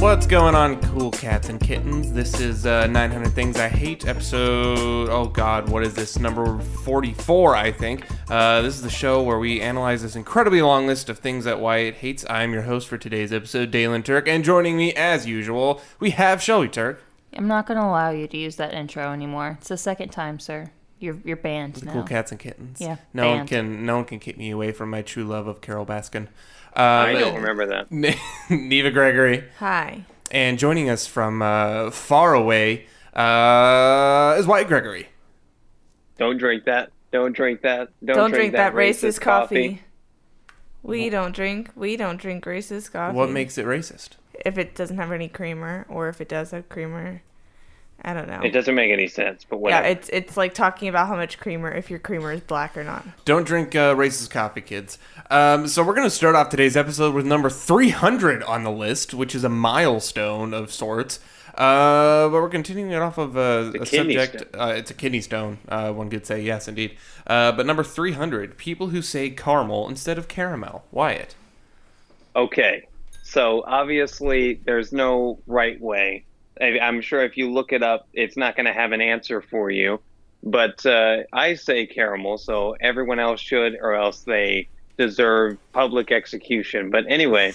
What's going on, cool cats and kittens? This is uh, 900 Things I Hate, episode. Oh god, what is this? Number 44, I think. Uh, this is the show where we analyze this incredibly long list of things that Wyatt hates. I'm your host for today's episode, Dalen Turk, and joining me, as usual, we have Shelby Turk. I'm not going to allow you to use that intro anymore. It's the second time, sir. You're you're banned now. Cool cats and kittens. Oh. Yeah, No one banned. can no one can keep me away from my true love of Carol Baskin. Uh, I don't remember that. but- Neva Gregory. Hi. And joining us from uh, far away uh, is Wyatt Gregory. Don't drink that. Don't drink that. Don't, Don't drink that racist coffee. We don't drink. We don't drink racist coffee. What makes it racist? if it doesn't have any creamer or if it does have creamer? I don't know. It doesn't make any sense, but yeah, whatever. it's it's like talking about how much creamer if your creamer is black or not. Don't drink uh, racist coffee, kids. Um, so we're going to start off today's episode with number 300 on the list, which is a milestone of sorts. Uh, but we're continuing it off of uh, a, kidney subject. Uh, it's a kidney stone, uh, one could say. Yes, indeed. Uh, but number 300, people who say caramel instead of caramel. Wyatt. okay. So obviously, there's no right way. I, I'm sure if you look it up, it's not going to have an answer for you. But uh, I say caramel, so everyone else should, or else they deserve public execution. But anyway,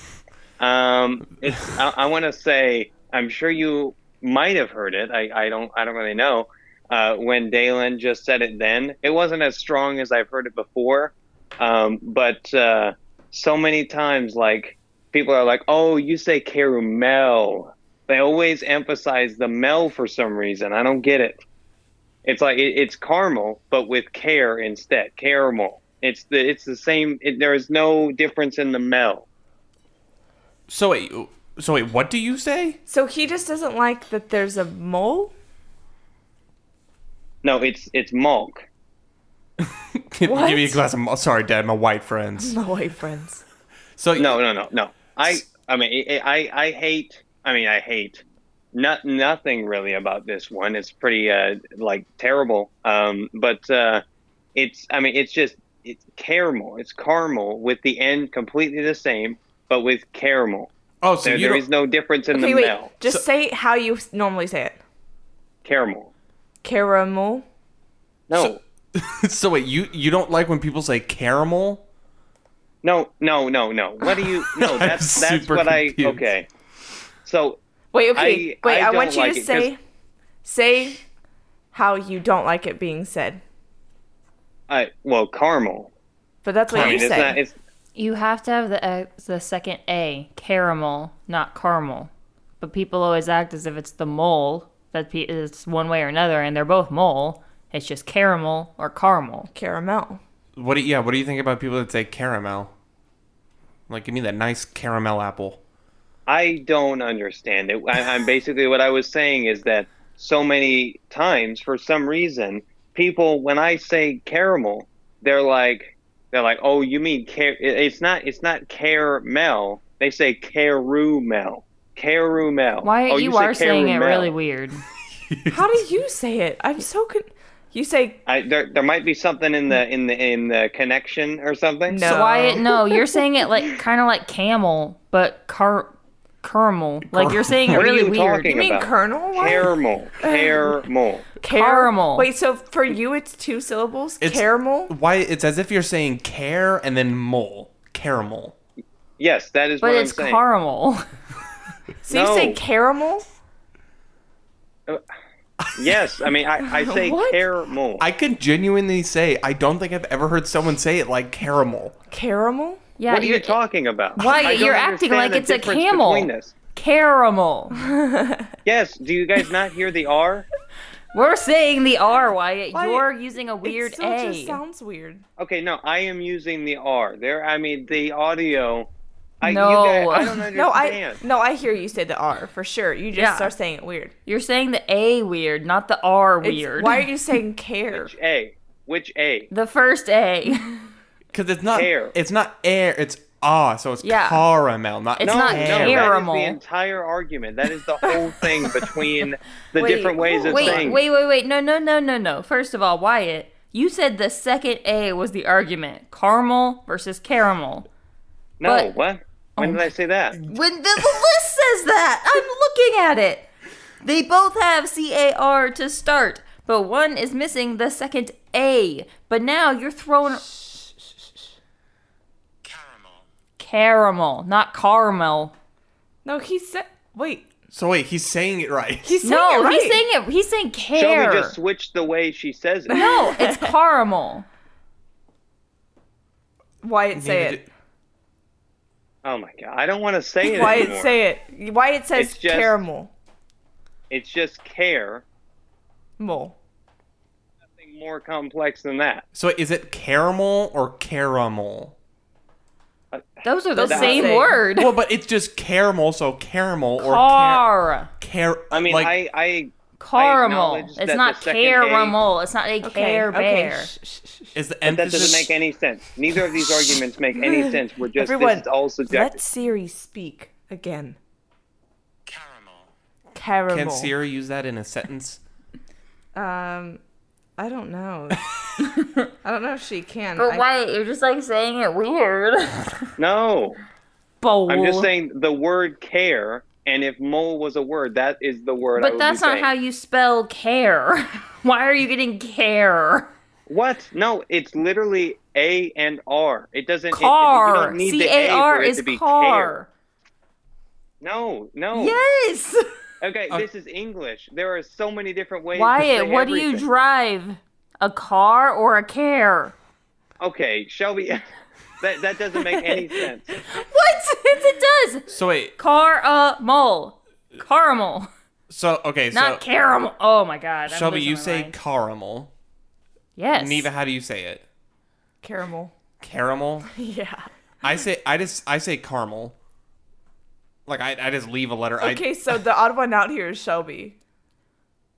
um, it's. I, I want to say I'm sure you might have heard it. I, I don't. I don't really know. Uh, when Dalen just said it, then it wasn't as strong as I've heard it before. Um, but uh, so many times, like people are like, "Oh, you say caramel." They always emphasize the mel for some reason. I don't get it. It's like it, it's caramel, but with care instead. Caramel. It's the it's the same. It, there is no difference in the mel. So wait, so wait, what do you say? So he just doesn't like that there's a mole. No, it's it's milk. Give What? me a glass of. mul- Sorry, Dad, my white friends. No way, friends. So No, no, no, no. I I mean I I, I hate. I mean I hate. Not nothing really about this one. It's pretty uh like terrible. Um, but uh, it's I mean it's just it's caramel. It's caramel with the end completely the same, but with caramel. Oh, so There, you there don't- is no difference in Okay, the wait. mel. Just say how you s- normally say it. Caramel. Caramel. No. So- So wait, you you don't like when people say caramel? no, no, no, no. What do you? No, I'm that's that's super what I. confused. Okay. So Wait, okay. I- wait, I I, want don't you like to it 'cause- say say how you don't like it being said. I well caramel. But that's what I you mean it's said. not it's You have to have the uh, the second A, caramel, not caramel. But people always act as if it's the mole that pe- it's one way or another, and they're both mole. It's just caramel or caramel. Caramel. What do you, yeah? What do you think about people that say caramel? Like, give me that nice caramel apple. I don't understand it. I, I'm basically what I was saying is that so many times, for some reason, people when I say caramel, they're like, they're like, oh, you mean care? It's not, it's not caramel. They say caramel, caramel. Why oh, you, say are saying it caramel. really weird. How do you say it? I'm so con- You say I, there, there might be something in the in the in the connection or something. No. So Wyatt, no, you're saying it like kind of like camel, but car caramel. Like you're saying it What are really you weird. talking you mean about? Colonel? Why? Caramel, caramel. Car- Caramel. Wait, so for you it's two syllables? It's- caramel? Why? It's as if you're saying care and then mole. Caramel. Yes, that is But what it's I'm saying. caramel. So you say no. caramel? yes, I mean I, I say What? caramel. I can genuinely say I don't think I've ever heard someone say it like caramel. Caramel? Yeah, What are you you're- talking about? Why? I don't You're acting understand like the it's a difference camel. between this. Caramel. Yes. Do you guys not hear the R? We're saying the R, Wyatt. Wyatt, You're using a weird it still A. just sounds weird. Okay. No, I am using the R. There. I mean the audio. I, No. You guys, I don't understand. No, I No, I hear you say the R for sure. You just Yeah. are saying it weird. You're saying the A weird, not the R It's- weird. Why are you saying care? Which A? Which A? the first A. Because it's not Care. It's not air. It's ah. So it's Yeah. caramel. Not It's no, not no, caramel. That is the entire argument. That is the whole thing between the Wait, different ways of wait, saying. wait, wait, wait. No, no, no, no, no. First of all, Wyatt, you said the second A was the argument. Caramel versus caramel. no. but- Oh. What? When did I say that? When the, the list said says that? I'm looking at it. They both have C A R to start, but one is missing the second A. But now you're throwing Caramel. caramel, not caramel. No, he said. Wait. So wait, he's saying it right. He's saying no, it right. he's saying it. He's saying care. Shelby just switched the way she says it. No, it's caramel. Wyatt say it. Oh my god, I don't want to say it Wyatt anymore. say it. Wyatt says It's just- caramel. it's just care. Mole. Nothing more complex than that. So is it caramel or caramel? Those are the Those are the same same. word. well, but it's just caramel, so caramel or car. Car. Car- I mean, like, I, I Caramel. acknowledge It's that not the second A- caramel. It's not a care bear. Shh, shh, shh, shh. is the that emphasis doesn't make any sense. Neither of these arguments make any sense. We're just Everyone, this is all subjective. let Siri speak again. Caramel. Caramel. Can Siri use that in a sentence? Um, I don't know. I don't know if she can. I- But wait, you're just like saying it weird. No, Bowl. I'm just saying the word care, and if mole was a word, that is the word. I But would that's be not saying. how you spell care. Why are you getting care? What? No, it's literally A and R. It doesn't. it- it- you Car. don't need C the A A for R it is to be care. car. No, no. Yes. Okay, this is English. There are so many different ways. to Wyatt, say what do you everything. drive? A car or a care? Okay, Shelby, that that doesn't make any sense. What? Yes, it does. So wait, Car a mole. Caramel. so okay, Not so caramel. Oh my god. I'm Shelby, losing you my say mind. caramel. yes. Neva, how do you say it? caramel. Caramel. Yeah. I say I just I say caramel. Like I, I just leave a letter. Okay, so the odd one out here is Shelby.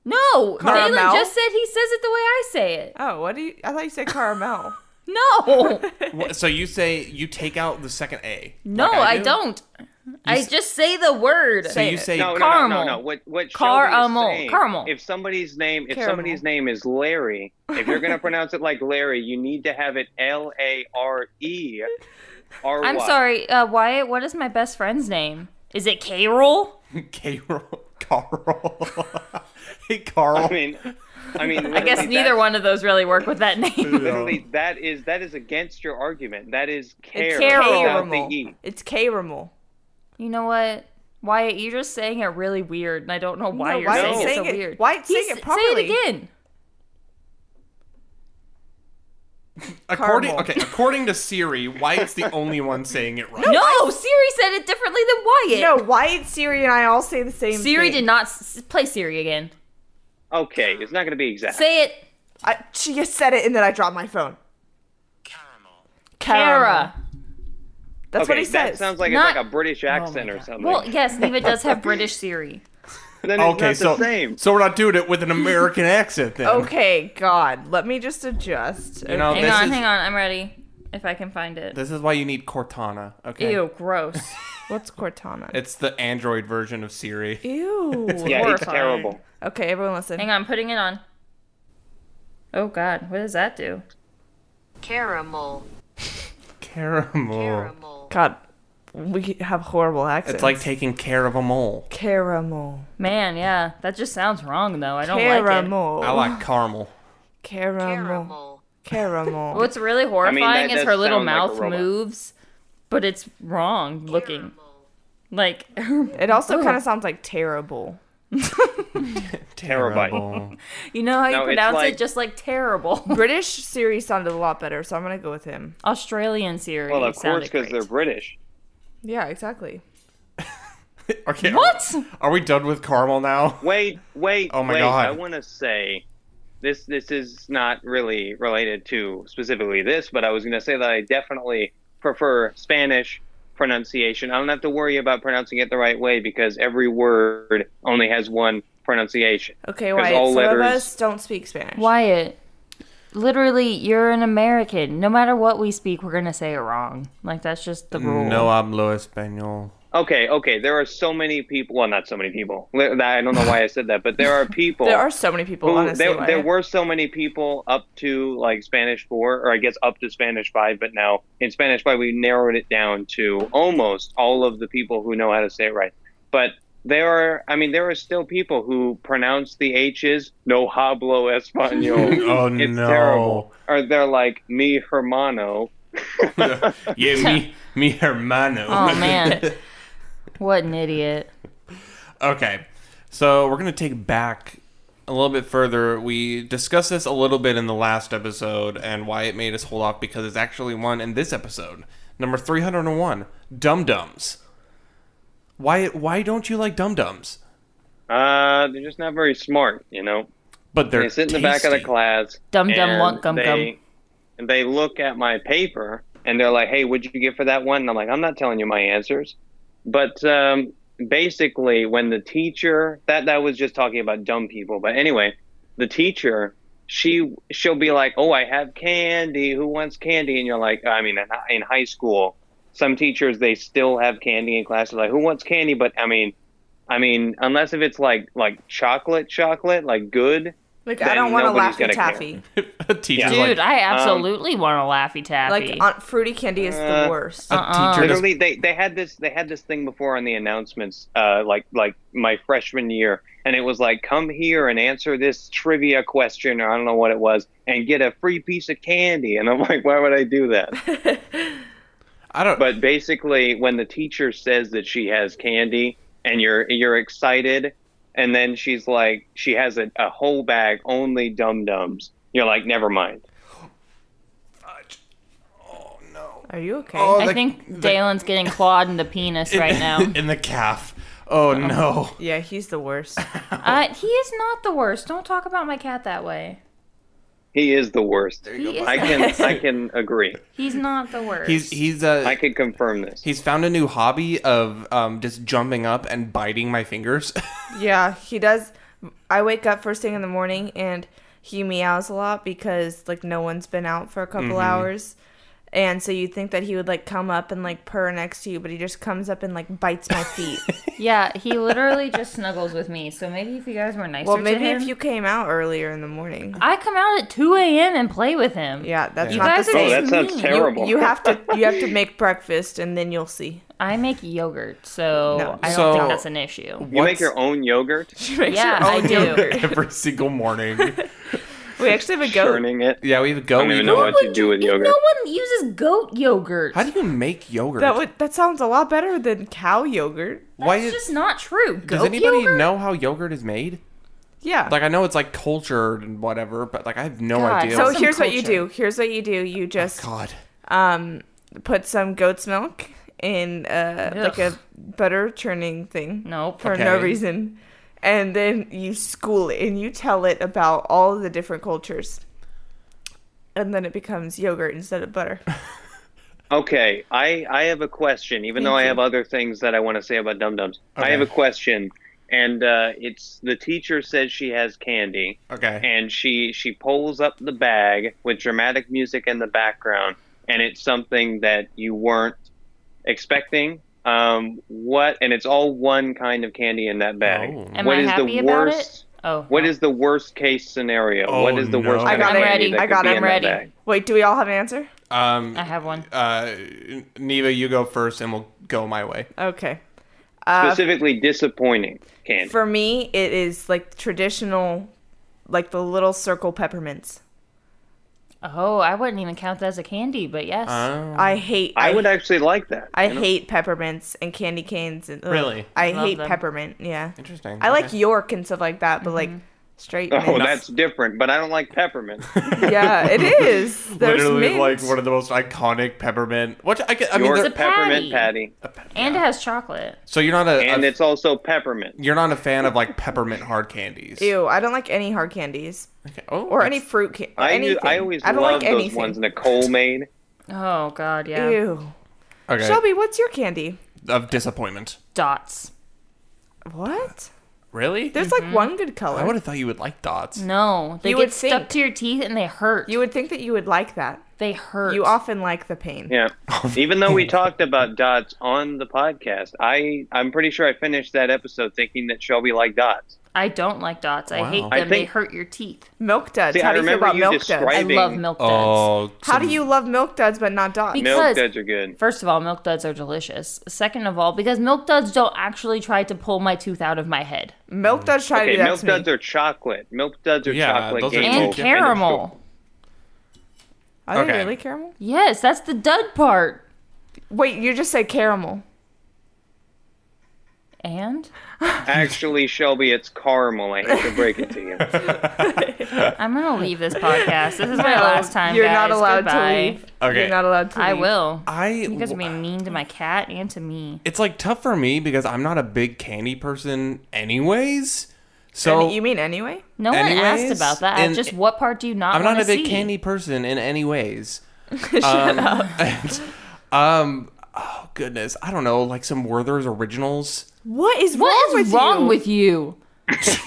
No, Caramel? Jalen just said he says it the way I say it. Oh, what do you? I thought you said caramel. No, I, wh- so you say you take out the second a. no, like I, do. don't. I s- just say the word. So you say No, no, no, no, Caramel. no. What what Caramel, Shelby is saying? caramel. If somebody's name, if Caramel. somebody's name is Larry, if you're gonna pronounce it like Larry, you need to have it L A R E R Y. I'm sorry, uh, Wyatt. What is my best friend's name? Is it Carol? Carol. Carl. hey, Carl. I mean, I mean. I guess neither one of those really work with that name. Literally, that is that is against your argument. That is care. Carol. without the Caramel. E. It's caramel. you know what, Wyatt? You're just saying it really weird, and I don't know why No, you're Wyatt's saying it so saying it- weird. Wyatt's He's- saying it Say properly. it again. according caramel. okay, according to Siri, White's the only one saying it right. No, Siri said it differently than Wyatt. No, Wyatt, Siri, and I all say the same. Siri thing. did not s- play Siri again. Okay, it's not gonna be exact. Say it, I, she just said it, and then I dropped my phone. Caramel. Kara. That's okay, what he that says. sounds like Not- Oh it's like a British accent or something. Well, yes, Neva does have British Siri. then it's Okay, not so the same. so we're not doing it with an American accent then. okay, God, let me just adjust. You Oh, know, Hang this on, is hang on. I'm ready. If I can find it. this is why you need Cortana. Okay. Ew, gross. Uh, What's Cortana? It's the Android version of Siri. Ew. yeah, it's horrifying. terrible. Okay, everyone, listen. hang on, putting it on. Oh God, what does that do? Caramel. Caramel. Caramel. God, we have horrible accents. It's like taking care of a mole. caramel. Man, yeah, that just sounds wrong though. I don't like it. Caramel. I like caramel. caramel. Caramel. Caramel. What's really horrifying that is does her little sound like a mouth robot. moves, but it's wrong looking. Like It also kind of sounds like terrible. Terabyte. Terrible. you know how you No, it's pronounce like- it, just like terrible. British Siri sounded a lot better, so I'm gonna go with him. Australian Siri. Well, of course, sounded because great. they're British. Yeah, exactly. okay. What? Are, are we done with caramel now? Wait, wait, Oh my wait. God. I want to say this. This is not really related to specifically this, but I was going to say that I definitely prefer Spanish pronunciation. I don't have to worry about pronouncing it the right way because every word only has one pronunciation. Okay, 'Cause Wyatt. all Some of letters- us don't speak Spanish. Wyatt, literally, you're an American. No matter what we speak, we're gonna say it wrong. Like that's just the rule. No hablo español. Okay, okay. There are so many people. Well, not so many people. Li- I don't know why I said that, but there are people. There are so many people. who- honestly, there, there Wyatt. were so many people up to like Spanish four, or I guess up to Spanish five, but now in Spanish five we narrowed it down to almost all of the people who know how to say it right. But there are, I mean, there are still people who pronounce the H's no hablo español. Oh it's no. terrible. Or they're like me hermano. yeah, me, me hermano. Oh man. what an idiot. Okay, so we're gonna take back a little bit further. We discussed this a little bit in the last episode and why it made us hold off because it's actually one in this episode, number three hundred and one. Dum dums. Why? Why don't you like dum dums? Uh, they're just not very smart, you know. But they're They sit in the back of the tasty. class. Dum dum and want gum they, gum. And they look at my paper and they're like, "Hey, what'd you get for that one?" And I'm like, "I'm not telling you my answers." But um, basically, when the teacher that that was just talking about dumb people. But anyway, the teacher she she'll be like, "Oh, I have candy. Who wants candy?" And you're like, I mean, in hi- in high school, some teachers they still have candy in class. They're like, "Who wants candy?" But I mean. I mean, unless if it's like like chocolate, chocolate, like good, Like I Then don't want a nobody's Laffy gonna care. Taffy. a teacher, Yeah. like, um, Dude, I absolutely want a Laffy Taffy. Like on, fruity candy is the Uh, worst. a Uh-uh. teacher does Literally, they, they had this they had this thing before on the announcements, uh, like like my freshman year, and it was like, come here and answer this trivia question, or I don't know what it was, and get a free piece of candy. And I'm like, why would I do that? I don't. But basically, when the teacher says that she has candy, and you're you're excited, and then she's like, she has a, a whole bag only dum dums. You're like, never mind. oh no! Are you okay? Oh, I the- think the- Dalen's getting clawed in the penis right now. in the calf. Uh-uh. Oh no! yeah, he's the worst. Uh, he is not the worst. Don't talk about my cat that way. He is the worst. He I is. can I can agree. He's not the worst. He's he's uh, I can confirm this. He's found a new hobby of um, just jumping up and biting my fingers. yeah, he does. I wake up first thing in the morning and he meows a lot because like no one's been out for a couple hours. And so you'd think that he would like come up and like purr next to you, but he just comes up and like bites my feet. yeah, he literally just snuggles with me. So maybe if you guys were nicer well, to maybe him- if you came out earlier in the morning. I come out at 2 a.m. and play with him. Yeah, that's You not guys are the same. oh, that It's sounds mean. You- terrible. You have to you have to make breakfast and then you'll see. I make yogurt, so No. I don't So- think that's an issue. You What's- make your own yogurt, Yeah, I do. every single morning. We actually have a goat. churning it. Yeah, we have goat. I don't even know what you do with yogurt. No one uses goat yogurt. How do you make yogurt? That would that sounds a lot better than cow yogurt. Why That's is, just not true. Goat does anybody yogurt? know how yogurt is made? Yeah. Like I know it's like cultured and whatever, but like I have no God, idea. so Awesome here's what you culture. do. Here's what you do. You just God, um put some goat's milk in uh like a butter churning thing Nope. for no Okay. reason. And then you school it and you tell it about all the different cultures. And then it becomes yogurt instead of butter. Okay, I, I have a question, even though I have other things that I want to say about Dum Dums. I Okay. have a question, and uh, it's the teacher says she has candy, okay. and she, she pulls up the bag with dramatic music in the background, and it's something that you weren't expecting. Um, what? And it's all one kind of candy in that bag. Oh. Am What I is happy the about worst? it? Oh. What is the worst case scenario? Oh, what is the no. worst? I kind of got it. candy I'm ready. that could I got be it. in I'm that ready. bag? Wait, do we all have an answer? Um, I have one. uh, Neva, you go first, and we'll go my way. Okay. Specifically, disappointing candy. For me, it is like traditional, like the little circle peppermints. Oh, I wouldn't even count that as a candy, but yes. Um, Mm. I hate. I would actually like that. I you know? hate peppermints and candy canes and ugh, Really? I Love hate them. peppermint. Yeah, Interesting. I like Okay. York and stuff like that, but like Mm-hmm. straight. Oh, mints. that's different, but I don't like peppermint. yeah, it is. There's literally mint. like one of the most iconic peppermint. Which I, get- I mean, York It's a they're- peppermint patty. patty. and it has chocolate. so you're not a, uh, and a it's also peppermint. You're not a fan of like peppermint hard candies. Ew, I don't like any hard candies Okay. Oh, or that's- any fruit. Can- I, anything. u- I always I don't love like those anything. ones Nicole made. Oh, God, yeah. Ew. okay. Shelby, what's your candy? of disappointment. Dots. What? Really? There's Mm-hmm. like one good I color. would have thought you would like Mm. dots. No, they You get would stuck think. to your teeth and they hurt. you would think that you would like that. they hurt. You often like the pain. Yeah. Even though we talked about dots on the podcast, I I'm pretty sure I finished that episode thinking that Shelby liked dots. I don't like dots. I hate Wow. them. I they think- hurt your teeth. Milk duds. See, How I do you feel remember about you milk I describing- duds? Eating- love milk duds. Oh, How do some- you love milk duds but not dots? Because- Milk duds are good. First of all, milk duds are delicious. Second of all, because milk duds don't actually try to pull my tooth out of my head. milk duds try to Okay, do that milk to duds me. are chocolate. Milk duds are Yeah, chocolate. those are game two And different- over. caramel. Are they Okay. really caramel? Yes, that's the dud part. Wait, you just said caramel. And Actually, Shelby, it's caramel. I hate to break it to you. I'm gonna leave this podcast. This is my last time. You're guys. not allowed Goodbye. to leave. Okay. You're not allowed to leave. I will. I You guys are being mean to my cat and to me. it's like tough for me because I'm not a big candy person, anyways. So And you mean anyway? No one asked Anyways, about that. and- Just what part do you not? I'm not wanna a big see? candy person in any ways. Shut up. um, oh goodness, I don't know, like some Werther's originals. What is What wrong is with wrong you? with you?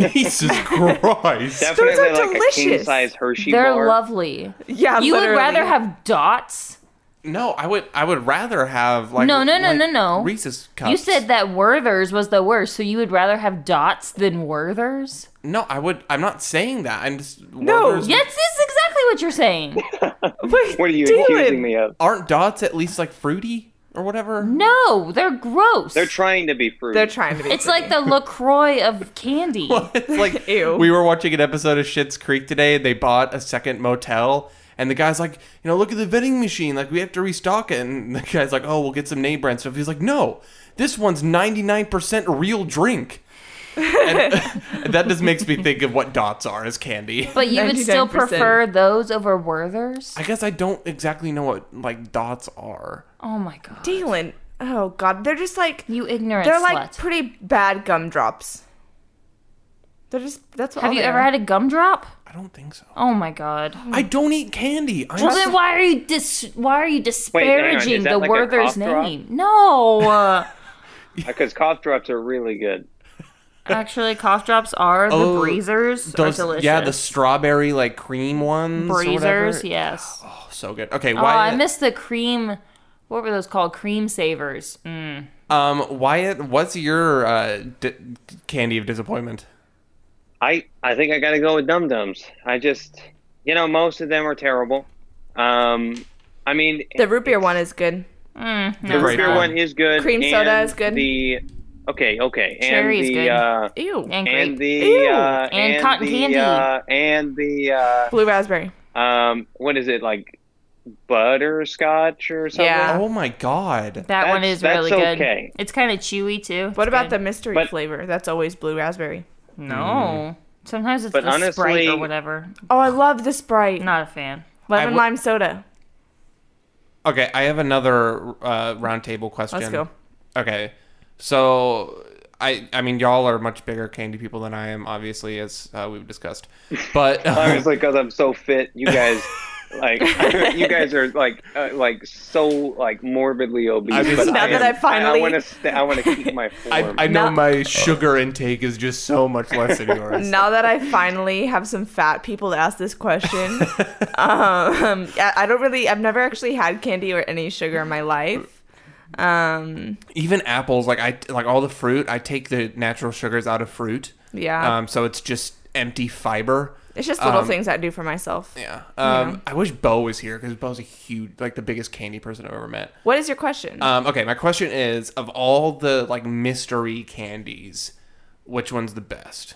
Jesus Christ! Definitely are like delicious. a king size Hershey They're bar. lovely. Yeah, you literally. would rather have dots. No, I would, I would rather have like No, no, no, like no, no. Reese's cups. You said that Werther's was the worst, so you would rather have dots than Werther's? no. I would. I'm not saying that. I'm just No. Werther's- Yes, this is exactly what you're saying. Wait, What are you Dylan, accusing me of? Aren't dots at least like fruity or whatever? No, they're gross. They're trying to be fruity. They're trying to be. it's like the LaCroix of candy. it's like Ew. we were watching an episode of Shit's Creek today, and they bought a second motel. And the guy's like, you know, look at the vending machine. Like, we have to restock it. And the guy's like, oh, we'll get some name brand stuff. He's like, no, this one's 99% real drink. And that just makes me think of what dots are as candy. But you would still 99%. prefer those over Werther's? I guess I don't exactly know what, like, dots are. Oh my god. Dylan. Oh God, they're just like You ignorant they're slut. like pretty bad gumdrops. They're just that's what have all you they ever are. had a gumdrop? I don't think so. Oh my god. I don't eat candy. I'm Well then why are you dis- why are you disparaging that the like a Werther's cough drop? name? No. uh, Because cough drops are really good. actually cough drops are the Oh, breezers those, are delicious. yeah, the strawberry, like, cream ones. or whatever. breezers, yes. Oh, so good. Okay, Oh, why? I missed the cream. What were those called? Cream savers. Mm. Um, Wyatt, what's your uh, d- candy of Uh, disappointment? I I think I got to go with Dum Dums. I just, you know, most of them are terrible. Um, I mean, The root beer one is good. Mm, no, it's the root grape beer not. one is good. Cream soda and is good. The okay, okay, and Cherry is the good. uh, Ew. and grape. and the Ew. uh, And cotton the, candy. uh, and the uh, Blue raspberry. um, what is it like, butterscotch or something? Yeah. Oh my god. that one that's- is really that's good. okay. It's kind of chewy too. What It's about the good. mystery But- flavor? That's always blue raspberry. No. Sometimes it's But the Sprite or honestly- whatever. Oh, I love the Sprite. Not a fan. Lemon w- lime soda. Okay, I have another uh, roundtable question. Let's go. Okay, so I I mean y'all are much bigger candy people than I am, obviously, as uh, we've discussed. But Obviously, because I'm so fit, you guys. Like you guys are like uh, like so like morbidly obese. I mean, but Now I that am- I finally- I want to st- I want to keep my form. I, I know Now- my sugar intake is just so much less than yours. Now that I finally have some fat people to ask this question, um, I I don't really. I've never actually had candy or any sugar in my life. Um, Even apples, like I like all the fruit, I take the natural sugars out of fruit. yeah, Um, so it's just empty fiber. it's just little um, things I do for myself. Yeah. Um, I wish Bo was here because Bo's a huge, like the biggest candy person I've ever met. What is your question? Um, okay, my question is: of all the like mystery candies, which one's the best?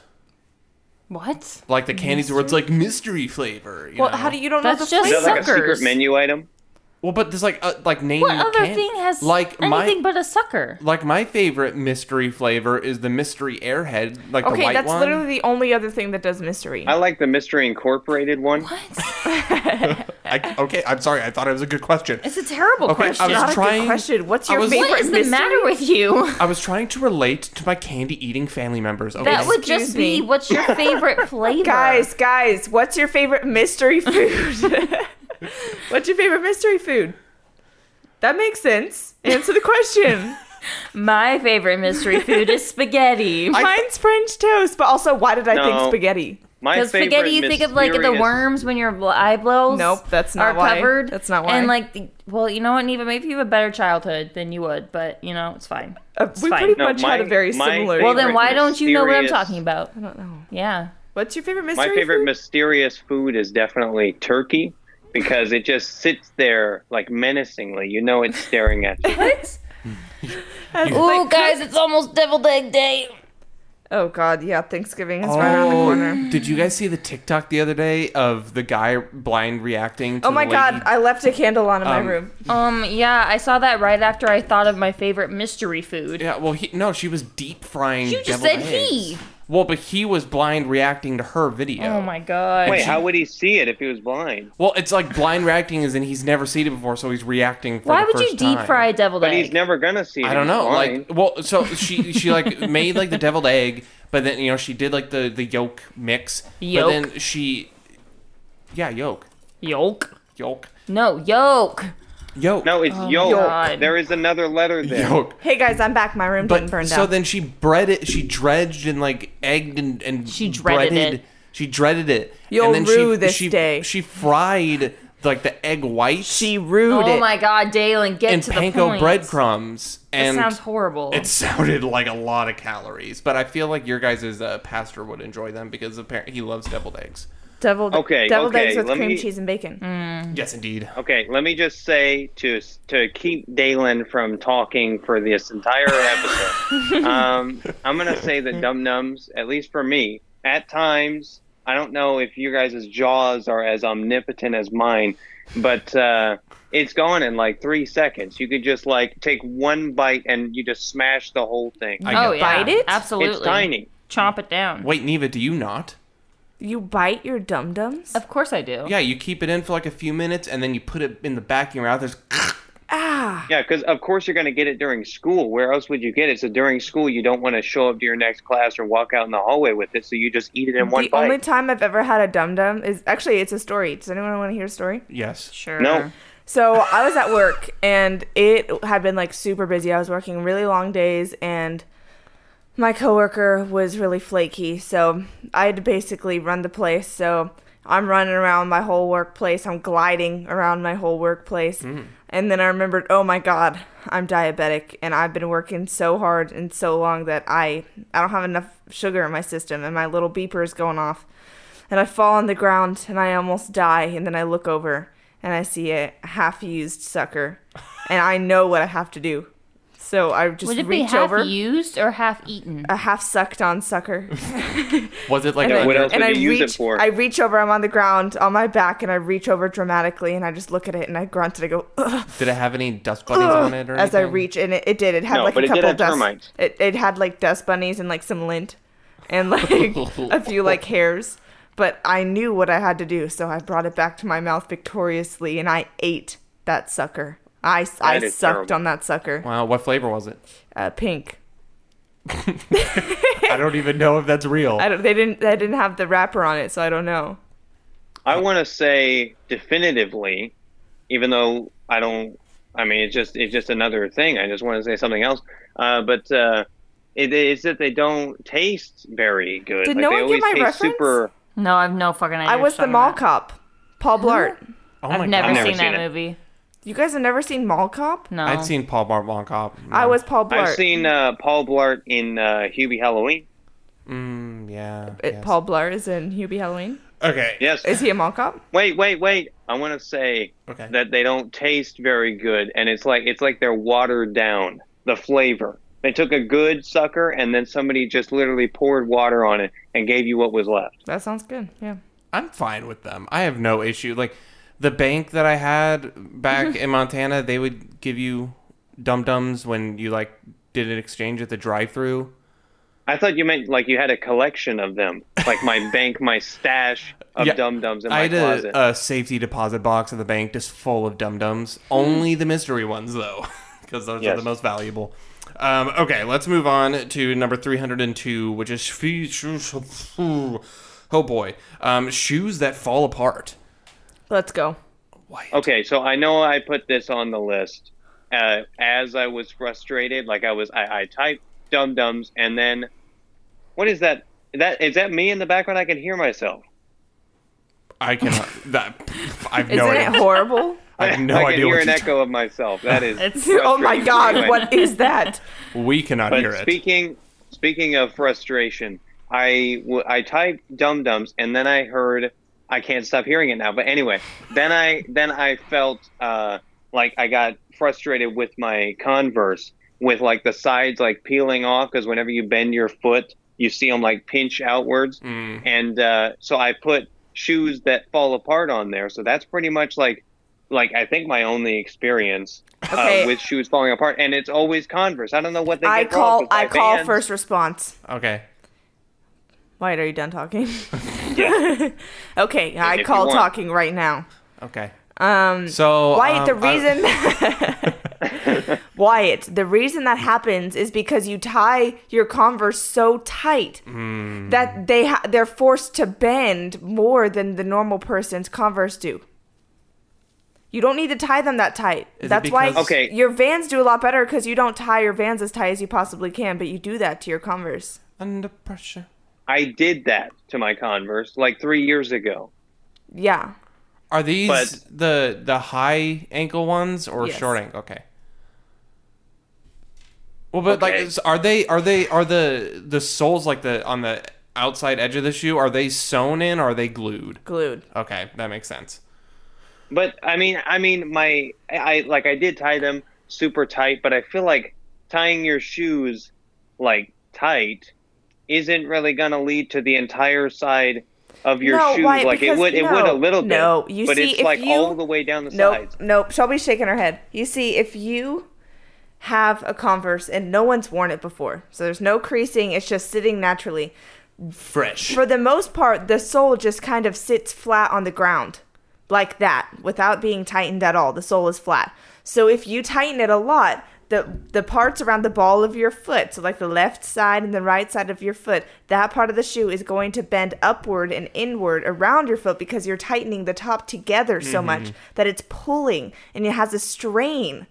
What? Like the candies where it's like mystery flavor. You well, know? how do you don't know That's the just- Is that flavor? like a secret Suckers. menu item? Well, but there's like uh, like name. What other can- thing has like my anything but a sucker? like my favorite mystery flavor is the mystery airhead, like the Okay, white that's one. literally the only other thing that does mystery. I like the Mystery Incorporated one. I, okay, I'm sorry. I thought it was a good question. It's a terrible Okay, I question. was Not a trying- good question. What's I your was- favorite what is the mystery? matter with you? I was trying to relate to my candy eating family members. Okay. That would Excuse just me. be what's your favorite flavor? Guys, guys, what's your favorite mystery food? what's your favorite mystery food? That makes sense. Answer the question. my favorite mystery food is spaghetti. Mine's French toast, but also why did I No. think spaghetti? My Because favorite spaghetti, you think of like the mysterious- worms when your bl- eyeballs Nope, that's not are why. covered. That's not why. And like, the, well, you know what? Eva, maybe you have a better childhood than you would, but you know, it's fine. Uh, It's we fine. pretty No, much had a my- very my similar. Well, then favorite why don't you know what I'm mysterious- talking about? I don't know. Yeah. What's your favorite mystery? My favorite food? mysterious food is definitely turkey because it just sits there like menacingly. You know it's staring at you. What? That's Ooh, like- guys, it's almost deviled egg day. Oh God, yeah, Thanksgiving is right Oh. around the corner. did you guys see the TikTok the other day of the guy blind reacting? To Oh my the God, lady? I left a candle on in my Um, room. Um, yeah, I saw that right after I thought of my favorite mystery food. yeah, well, he, no, she was deep frying. You just deviled said he. eggs. Well, but he was blind reacting to her video. Oh my god. Wait, how would he see it if he was blind? Well, it's like blind reacting is in he's never seen it before, so he's reacting. For Why the would you first deep time. fry a deviled But egg? he's never gonna see it. I don't know. He's blind. Like, well, so she she like made like the deviled egg, but then you know she did like the the yolk mix. Yolk? But then she, yeah, yolk, yolk. yolk, No, yolk. yolk. no, it's Oh my yolk. God. There is another letter there. yolk. Hey guys, I'm back. My room didn't But burn so down. then she bread it. She dredged and like egged and and She dreaded breaded- it. She dreaded it. You'll and then rue she, this she, day. She fried like the egg whites she rude Oh it. my god, Dalen, get and to the panko point. breadcrumbs. That And sounds horrible. It sounded like a lot of calories, but I feel like your guys' uh, pastor would enjoy them because apparently he loves deviled eggs. Deviled, Okay, deviled okay, eggs with let cream me- cheese and bacon. Mm. Yes, indeed. Okay, let me just say to to keep Dalen from talking for this entire episode, um, I'm gonna say that Dum Nums, at least for me, at times I don't know if you guys' jaws are as omnipotent as mine, but uh, it's gone in like three seconds. You could just like take one bite and you just smash the whole thing. I oh know. yeah, Bite it? Absolutely. It's tiny. Chomp it down. Wait, Neva, do you not? You bite your dum dums? Of course I do. Yeah, you keep it in for like a few minutes and then you put it in the back of your mouth. There's Ah, Yeah, because of course you're going to get it during school. Where else would you get it? So during school, you don't want to show up to your next class or walk out in the hallway with it. So you just eat it in one the bite. only time I've ever had a dum dum is actually it's a story. Does anyone want to hear a story? yes. Sure. No. So I was at work and it had been like super busy. I was working really long days and my coworker was really flaky. So I had to basically run the place. So I'm running around my whole workplace. I'm gliding around my whole workplace. And then I remembered, oh my God, I'm diabetic and I've been working so hard and so long that I, I don't have enough sugar in my system and my little beeper is going off and I fall on the ground and I almost die. And then I look over and I see a half used sucker, and I know what I have to do. So I just Would it be reach half over used or half eaten? a half sucked on sucker, Was it like Yeah, under- what else? and would I you use reach it for? I reach over. I'm on the ground on my back, and I reach over dramatically, and I just look at it and I grunt and I go. Ugh, did it have any dust bunnies on it or as I anything? reach, and it, it did. It had No, like but a it did couple have dust. termites. It it had like dust bunnies and like some lint, and like a few like hairs. But I knew what I had to do, so I brought it back to my mouth victoriously, and I ate that sucker. I, I is sucked terrible. on that sucker. Wow, what flavor was it? Uh, pink. I don't even know if that's real. I don't. They didn't. They didn't have the wrapper on it, so I don't know. I want to say definitively, even though I don't. I mean, it's just it's just another thing. I just want to say something else. Uh, but uh, it, it's that they don't taste very good. Did like, no they one always get my taste reference? super. No, I've no fucking idea. I what was you're talking the mall about. cop, Paul Blart. oh I've my never, God. Never seen seen that it. movie. You guys have never seen Mall Cop? No. I've seen Paul Bart Cop. I was Paul Blart. I've seen uh, Paul Blart in uh, Hubie Halloween. Mm, yeah. It- yes. Paul Blart is in Hubie Halloween. Okay. Yes. Is he a mall cop? Wait, wait, wait. I want to say Okay. that they don't taste very good and it's like it's like they're watered down the flavor. They took a good sucker and then somebody just literally poured water on it and gave you what was left. That sounds good. Yeah. I'm fine with them. I have no issue. Like the bank that I had back Mm-hmm. in Montana, they would give you dum dums when you like did an exchange at the drive through. I thought you meant like you had a collection of them, like my bank, my stash of Yeah. dum dums in I my had closet. a, uh, a safety deposit box at the bank just full of dum dums. Only the mystery ones though, because those are Hmm. Yes. the most valuable. Um, okay, let's move on to number 302, which is shoes. Oh boy, um, shoes that fall apart. Let's go. Okay, so I know I put this on the list uh, as I was frustrated. Like I was, I, I typed dum dums, and then what is that? that is that me in the background? I can hear myself. I cannot. That I have Isn't no it idea. horrible? I have no I can idea hear what an you're echo of myself. That is. It's- oh my frustrating. god, Anyway, what is that? We cannot hear But it. speaking speaking of frustration, I w- I typed dum dums and then I heard I can't stop hearing it now. But anyway, then I then I felt uh, like I got frustrated with my Converse with like the sides like peeling off because whenever you bend your foot, you see them like pinch outwards. Mm. and uh, so I put shoes that fall apart on there. So that's pretty much like, like I think my only experience Okay. uh, with shoes falling apart, and it's always Converse. I don't know what they. I get wrong call with my I call bands. first response. Okay. Wait, are you done talking? Yeah. okay, If I you call want. talking right now. Okay. Um So Wyatt, the um, I- reason Wyatt, the reason that happens is because you tie your Converse so tight Hmm. that they ha- they're forced to bend more than the normal person's Converse do. You don't need to tie them that tight. it That's why because- Okay. your Vans do a lot better because you don't tie your Vans as tight as you possibly can, but you do that to your Converse. under pressure. I did that to my Converse like three years ago. Yeah. Are these But- the the high ankle ones or Yes. short ankle? Okay. Well, but like, Okay. is- are they are they are the the soles like the on the outside edge of the shoe? Are they sewn in? or Are they glued? Glued. Okay, that makes sense. But I mean, I mean, my I I- like I did tie them super tight, but I feel like tying your shoes like tight isn't really gonna lead to the entire side of your No, shoes. why? like Because- it would, it no, would a little bit. no. You but see, it's if like you- all the way down the Nope, sides. nope. Shelby's shaking her head. You see, if you have a Converse and no one's worn it before, so there's no creasing, it's just sitting naturally. Fresh. For the most part, the sole just kind of sits flat on the ground like that without being tightened at all. The sole is flat. So if you tighten it a lot, the the parts around the ball of your foot, so like the left side and the right side of your foot, that part of the shoe is going to bend upward and inward around your foot because you're tightening the top together so much that it's pulling and it has a strain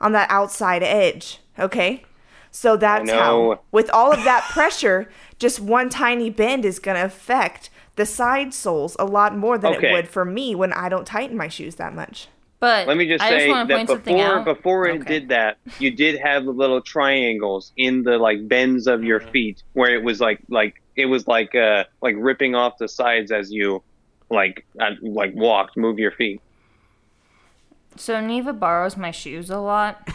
on that outside edge, okay? So that's know. how with all of that pressure, just one tiny bend is going to affect the side soles a lot more than Okay. it would for me when I don't tighten my shoes that much. But Let me just I say just want to that point something before out. before it Okay. did that, you did have the little triangles in the like bends of Mm. your feet where it was like like it was like uh like ripping off the sides as you like uh, like walked, move your feet. So Neva borrows my shoes a lot,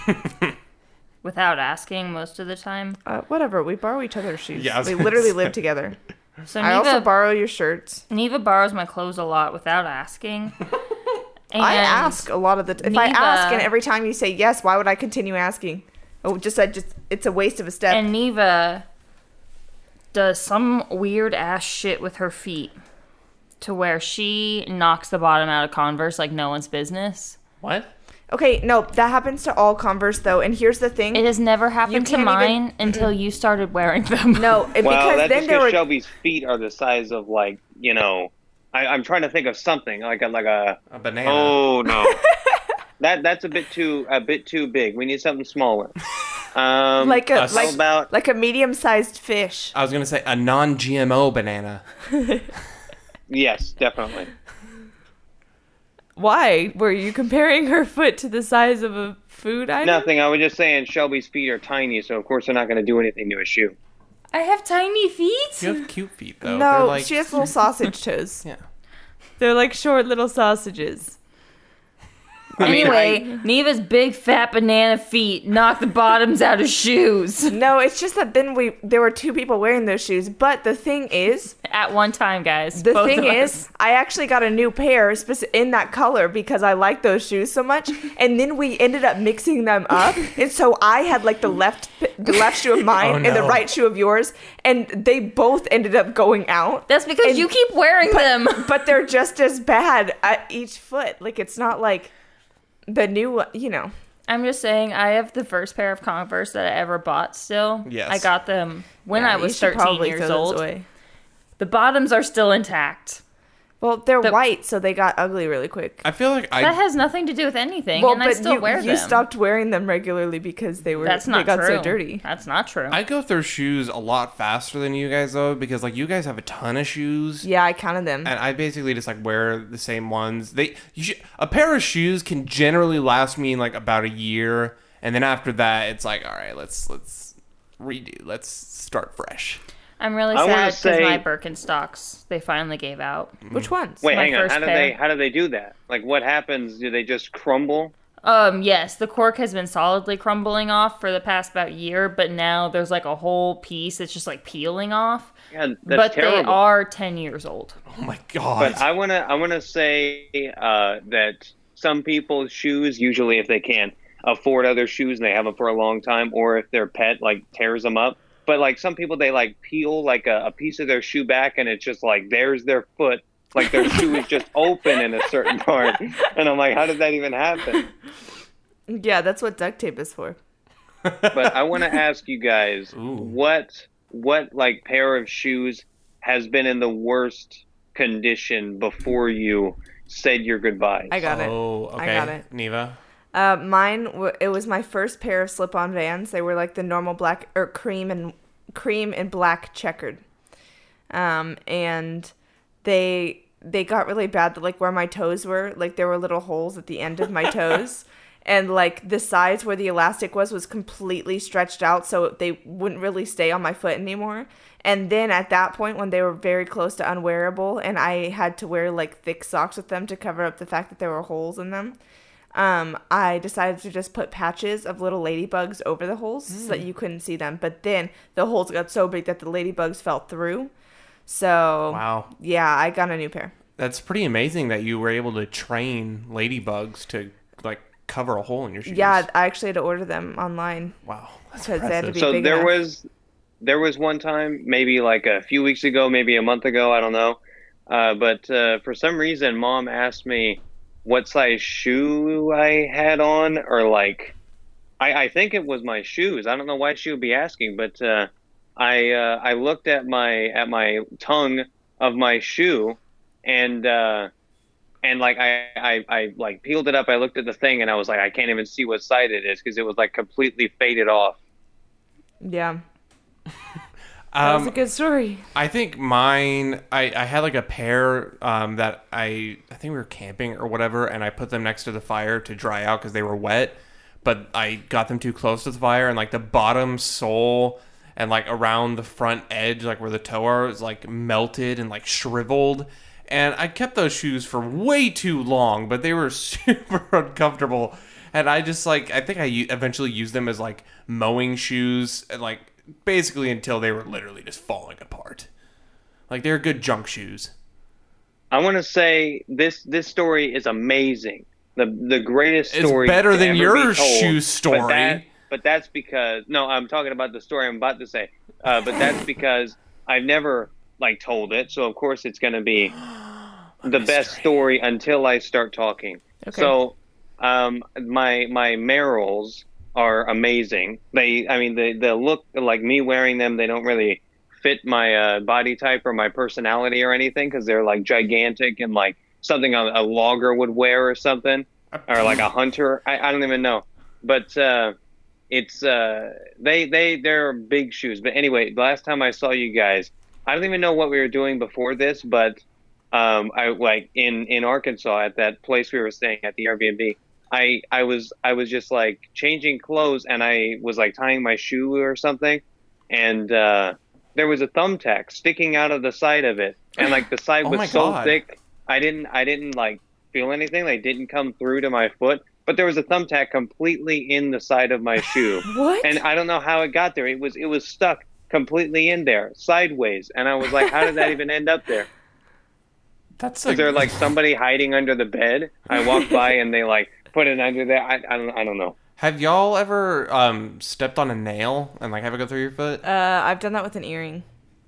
without asking most of the time. Uh, whatever, we borrow each other's shoes. Yeah, I was we gonna literally say. live together. So I also Neva, borrow your shirts. Neva borrows my clothes a lot without asking. And I ask a lot of the t- if I ask Neva- and every time you say yes, why would I continue asking? Oh, just I just it's a waste of a step. and Neva does some weird ass shit with her feet to where she knocks the bottom out of Converse like no one's business. What? okay, no, that happens to all Converse though. And here's the thing. It has never happened to can't even- mine until you started wearing them. no, it, Well, that's because then just there because were Shelby's feet are the size of like you know. I, I'm trying to think of something like a like a. A banana. Oh no, that that's a bit too a bit too big. We need something smaller. Um, like a Us. like, how about like a medium-sized fish. I was gonna say a non-GMO banana. yes, definitely. Why were you comparing her foot to the size of a food item? Nothing. I was just saying Shelby's feet are tiny, so of course they're not going to do anything to a shoe. I have tiny feet. You have cute feet though. They're No, like, she has little sausage toes. Yeah. They're like short little sausages. I mean, Anyway, Neva's big fat banana feet knock the bottoms out of shoes No, it's just that then we there were two people wearing those shoes. But the thing is, at one time, guys. the both thing of us. is, I actually got a new pair speci- in that color because I like those shoes so much. And then we ended up mixing them up, and so I had like the left p- the left shoe of mine Oh, and the no. right shoe of yours, and they both ended up going out. that's because and- you keep wearing them. but they're just as bad at each foot. Like it's not like the new, one- you know. I'm just saying, I have the first pair of Converse that I ever bought. Still, Yes. I got them when I You was should 13 years throw those old. away. The bottoms are still intact. Well, they're The- white, so they got ugly really quick. I feel like I That has nothing to do with anything, well, and I still you, wear you them. stopped wearing them regularly because they were That's they not got true. so dirty. That's not true. I go through shoes a lot faster than you guys though because like you guys have a ton of shoes. Yeah, I counted them. And I basically just like wear the same ones. They you should, a pair of shoes can generally last me like about a year, and then after that, it's like all right, let's let's redo, let's start fresh. I'm really I wanna sad because say- my Birkenstocks they finally gave out. Which ones? Wait, my hang on. first How do pair. they how do they do that? Like what happens? Do they just crumble? Um, yes, the cork has been solidly crumbling off for the past about year, but now there's like a whole piece that's just like peeling off. Yeah, that's but they terrible. are 10 years old. Oh my god! But I wanna I wanna say uh, that some people's shoes, usually if they can afford other shoes and they have them for a long time, or if their pet like tears them up. But like some people, they like peel like a, a piece of their shoe back, and it's just like there's their foot, like their shoe is just open in a certain part. And I'm like, how did that even happen? Yeah, that's what duct tape is for. but I want to ask you guys Ooh. what what like pair of shoes has been in the worst condition before you said your goodbyes. I got it. oh, okay. I got it. Neva. Uh, mine, w- it was my first pair of slip-on Vans. They were like the normal black or cream and cream and black checkered, um, and they they got really bad. That like where my toes were, like there were little holes at the end of my toes, and like the sides where the elastic was was completely stretched out, so they wouldn't really stay on my foot anymore. And then at that point, when they were very close to unwearable, and I had to wear like thick socks with them to cover up the fact that there were holes in them um, I decided to just put patches of little ladybugs over the holes so Mm. that you couldn't see them. But then the holes got so big that the ladybugs fell through. So Wow, yeah, I got a new pair. that's pretty amazing that you were able to train ladybugs to like cover a hole in your shoes. Yeah, I actually had to order them online. Wow. That's Because they had to impressive. be- so big there enough. was there was one time maybe like a few weeks ago maybe a month ago i don't know uh, but uh, for some reason mom asked me what size shoe i had on or like i, I think it was my shoes i don't know why she would be asking but uh, i uh, i looked at my at my tongue of my shoe and uh, and like I, I i like peeled it up i looked at the thing and i was like i can't even see what side it is because it was like completely faded off Yeah, that was um, a good story. I think mine. I, I had like a pair um, that I I think we were camping or whatever, and I put them next to the fire to dry out because they were wet. But I got them too close to the fire, and like the bottom sole and like around the front edge, like where the toe are, is like melted and like shriveled. And I kept those shoes for way too long, but they were super uncomfortable. And I just like I think I u- eventually used them as like mowing shoes, and, like basically until they were literally just falling apart. Like they're good junk shoes. I want to say this this story is amazing. The the greatest It's story. better to than ever your be told, shoe but story. that- but that's because no, I'm talking about the story I'm about to say. Uh, but that's because I've never like told it, so of course it's going to be the best story until I start talking. So, um, my my Merrills are amazing. They, I mean, they they look like me wearing them. They don't really fit my uh, body type or my personality or anything because they're like gigantic and like something a, a logger would wear or something or like a hunter. I, I don't even know, but. Uh, it's uh they they they're big shoes but anyway last time i saw you guys i don't even know what we were doing before this but um i like in in arkansas at that place we were staying at the airbnb i i was i was just like changing clothes and i was like tying my shoe or something and uh there was a thumbtack sticking out of the side of it and like the side Oh my was so God. thick i didn't i didn't like feel anything they didn't come through to my foot but there was a thumbtack completely in the side of my shoe What? and I don't know how it got there. It was it was stuck completely in there, sideways, and I was like, how did that even end up there? That's Is there like somebody hiding under the bed? I walked by and they like put it under there. I, I don't I don't know. Have y'all ever um stepped on a nail and like have it go through your foot? uh, I've done that with an earring.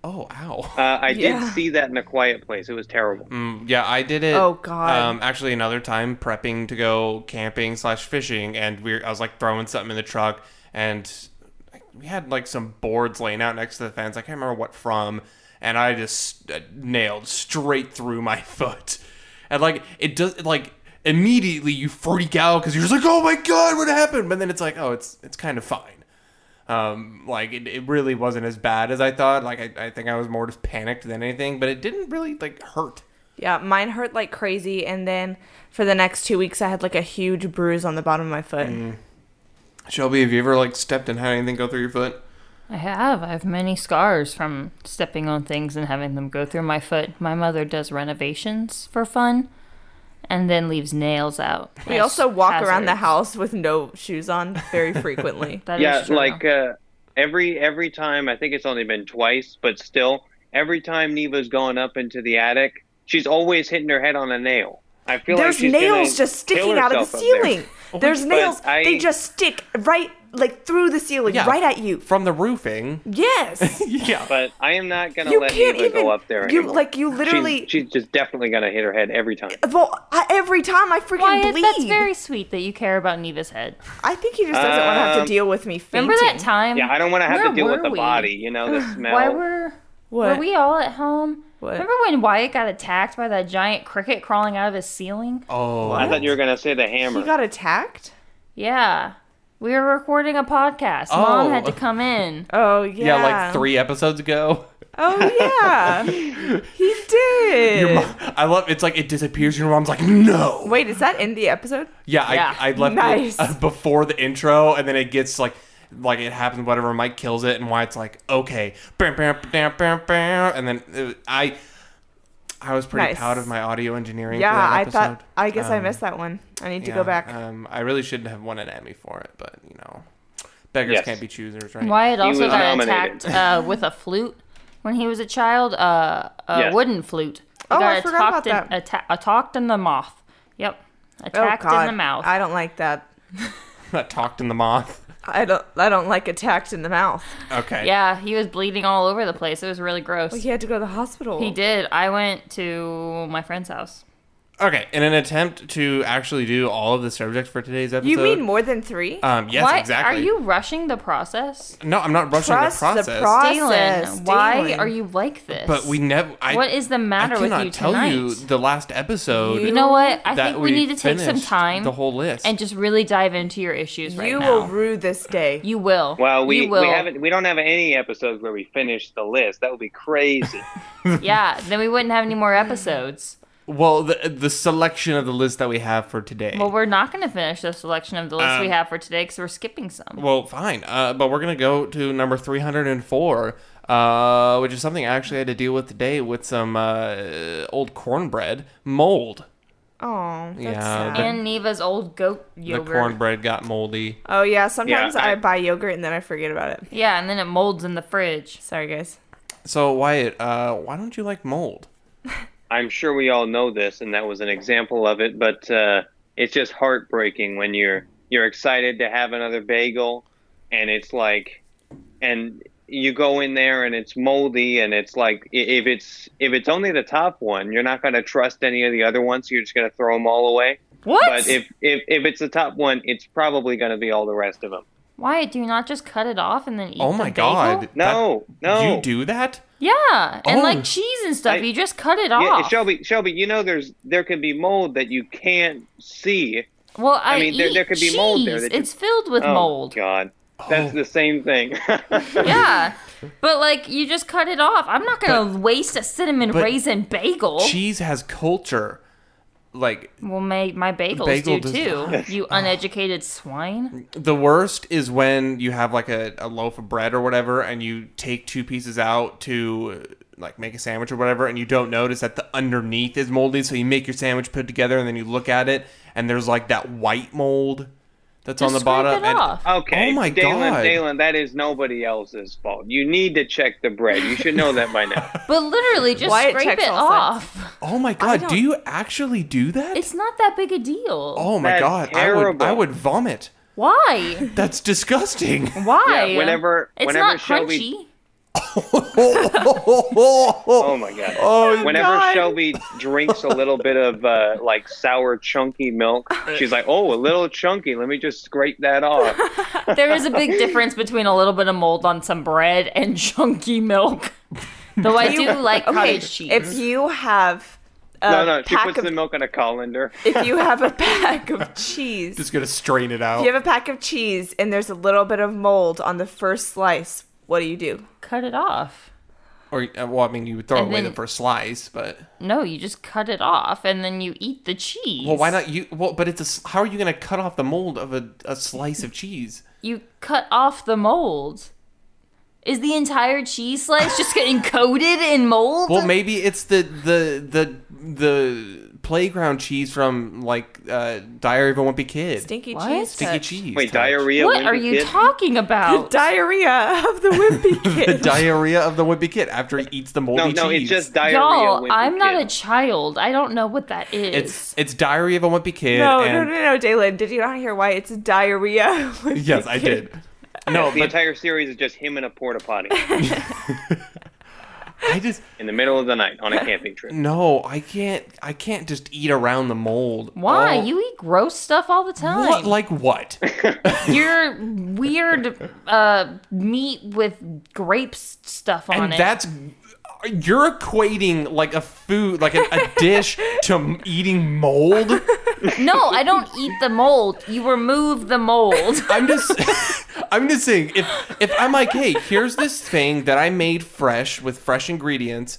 oh, ow. Uh, I Yeah. did see that in a quiet place. It was terrible. Mm, yeah, I did it. Oh, God. Um, actually, another time prepping to go camping slash fishing, and we are I was like throwing something in the truck, and we had like some boards laying out next to the fence. I can't remember what from, and I just uh, nailed straight through my foot. And like it does like immediately you freak out cuz you're just like, "Oh my god, what happened?" But then it's like, "Oh, it's it's kind of fine." Um, like it, it really wasn't as bad as I thought. Like I, I think I was more just panicked than anything, but it didn't really like hurt. Yeah, mine hurt like crazy, and then for the next two weeks, I had like a huge bruise on the bottom of my foot. Mm. Shelby, have you ever like stepped and had anything go through your foot? I have. I have many scars from stepping on things and having them go through my foot. My mother does renovations for fun and then leaves nails out. We as also walk around the hazards. house with no shoes on very frequently. That is yeah true. like uh, every every time i think it's only been twice but still every time neva's gone up into the attic she's always hitting her head on a nail i feel There's like she's nails gonna just kill sticking out of the herself up there. ceiling. There's nails. I- They just stick right like through the ceiling, right at you. From the roofing. Yes. Yeah. but i am not gonna you let can't neva even go up there You anymore. like you She's- literally. she's, just definitely gonna hit her head every time well, I, every time I freaking Wyatt, bleed. that's very sweet that you care about Neva's head. I think he just doesn't want to have to Um, deal with me. Fainting. Remember that time? yeah i don't want to have Where to deal with were the we? body you know the smell Why were What? were we all at home? What? Remember when Wyatt got attacked by that giant cricket crawling out of his ceiling? Oh. i thought you were gonna say the hammer He got attacked. Yeah. We were recording a podcast. Mom Oh. had to come in. Oh yeah. yeah, like three episodes ago. Oh yeah. he did. Your mom, I love it's like it disappears. Your mom's like, no. Wait, is that in the episode? yeah, Yeah. I, I left Nice. it uh, before the intro, and then it gets like, like it happens. Whatever, Mike kills it, and Wyatt's like, okay, bam, bam, bam, bam, bam, and then uh, I, I was pretty Nice. proud of my audio engineering. for Yeah, that I episode. thought. I guess I Um, missed that one. I need to yeah, go back. Um, I really shouldn't have won an Emmy for it, but you know, beggars Yes. can't be choosers, right? Wyatt also was got nominated. attacked uh, with a flute when he was a child, uh, a Yes. wooden flute. He Oh, got I forgot about Oh, attacked in, atta- attacked in the mouth. Yep. Attacked in the mouth. I don't like that. Not talked in the moth. I don't. I don't like attacked in the mouth. Okay. yeah, he was bleeding all over the place. It was really gross. He had to go to the hospital. He did. I went to my friend's house. Okay. In an attempt to actually do all of the subjects for today's episode, You mean more than three? Um, yes, Why exactly. Are you rushing the process? No, I'm not rushing Trust the process. Dylan, why Dylan. are you like this? But we never. I, What is the matter I with you cannot tell you tonight? the last episode. You know what? I that think we need to take some finished time The whole list. and just really dive into your issues right You now. will rue this day. you will. well, we, you will. we haven't we don't have any episodes where we finish the list. That would be crazy. yeah, then we wouldn't have any more episodes. well, the the selection of the list that we have for today. Well, we're not going to finish the selection of the list we Um, have for today because we're skipping some. Well, fine. Uh, but we're gonna go to number three hundred and four, uh, which is something I actually had to deal with today with some uh, old cornbread mold. Oh, that's Yeah, sad. the- And Neva's old goat yogurt. The cornbread got moldy. oh yeah. Sometimes Yeah, I, I- buy yogurt and then I forget about it. Yeah, and then it molds in the fridge. Sorry, guys. So Wyatt, uh, why don't you like mold? I'm sure we all know this, and that was an example of it. But uh, it's just heartbreaking when you're you're excited to have another bagel, and it's like, and you go in there and it's moldy, and it's like i- if it's if it's only the top one, you're not going to trust any of the other ones. So you're just going to throw them all away. What? But if if, if it's the top one, it's probably going to be all the rest of them. Why do you not just cut it off and then eat oh the my bagel? god! that- No, no. You do that? Yeah, and Oh. like cheese and stuff. I- you just cut it Yeah, off. Shelby, Shelby, you know there's there can be mold that you can't see. well, I, mean, there- eat there could be mold there cheese. that you- It's filled with Oh, mold. God, that's Oh. the same thing. Yeah, but like you just cut it off. I'm not gonna waste a cinnamon but raisin bagel. Cheese has culture. Like well, my my bagels Bagel do does too. You uneducated swine. The worst is when you have like a, a loaf of bread or whatever, and you take two pieces out to uh, like make a sandwich or whatever, and you don't notice that the underneath is moldy. So you make your sandwich put together, and then you look at it, and there's like that white mold that's on Just the scrape bottom. it and- off. Okay. Oh my Dalen, God. Dalen, that is nobody else's fault. You need to check the bread. You should know that by now. But literally, just Wyatt scrape checks it all off. oh my god, don't- do you actually do that? It's not that big a deal. oh my That's god, terrible. I would I would vomit. Why? That's disgusting. Why? Yeah, whenever- it's whenever not Shelby- crunchy. Oh my god. Oh, Whenever God. Shelby drinks a little bit of uh, like sour chunky milk, she's like, "Oh, a little chunky. Let me just scrape that off." There is a big difference between a little bit of mold on some bread and chunky milk. Though I do like Okay, cottage cheese. if you have a no, no, she pack puts of the milk on a colander. if you have a pack of cheese, Just gonna strain it if out. you have a pack of cheese and there's a little bit of mold on the first slice, what do you do? cut it off. Or uh, well, I mean, you would throw And away then- the first slice, but No, you just cut it off and then you eat the cheese. well, why not you? Well, but it's a, s- how are you gonna cut off the mold of a, a slice of cheese? You cut off the mold. Is the entire cheese slice just getting coated in mold? Well, maybe it's the the the the playground cheese from like uh, Diary of a Wimpy Kid. Stinky What? cheese. Sticky touch. cheese. Wait, touch. diarrhea. what when are you you kid? talking about? Diarrhea of the wimpy The kid. diarrhea of the Wimpy Kid after he eats the moldy No, cheese. no, it's just diarrhea. Y'all, when you I'm not kid. a child. I don't know what that is. It's it's Diary of a Wimpy Kid. no, no, no, and, no, Daylin. Did you not hear why it's diarrhea? of wimpy Yes, I kid? did. No, The but entire series is just him in a porta potty I just in the middle of the night on a camping trip. no. I can't. I can't just eat around the mold. Why? Oh, You eat gross stuff all the time. what? Like what? Your weird uh, meat with grapes stuff on and it. that's you're equating like a food, like a, a dish to m- eating mold. No, I don't eat the mold. You remove the mold. I'm just I'm just saying if if I'm like, hey, here's this thing that I made fresh with fresh ingredients,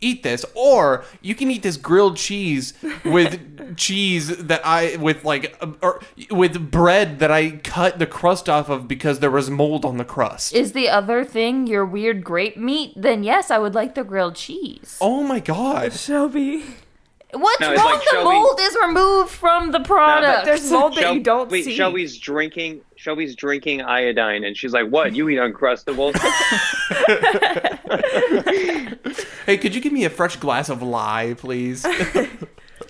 eat this, or you can eat this grilled cheese with cheese that I with like uh, or with bread that I cut the crust off of because there was mold on the crust. Is the other thing your weird grape meat? Then yes, I would like the grilled cheese. oh my god. Shelby. What's No, it's wrong? like the Shelby- mold is removed from the product. There's mold that Uh, Shel- you don't wait, see. Shelby's drinking. Shelby's drinking iodine, and she's like, "What? You eat uncrustables?" Hey, could you give me a fresh glass of lye, please?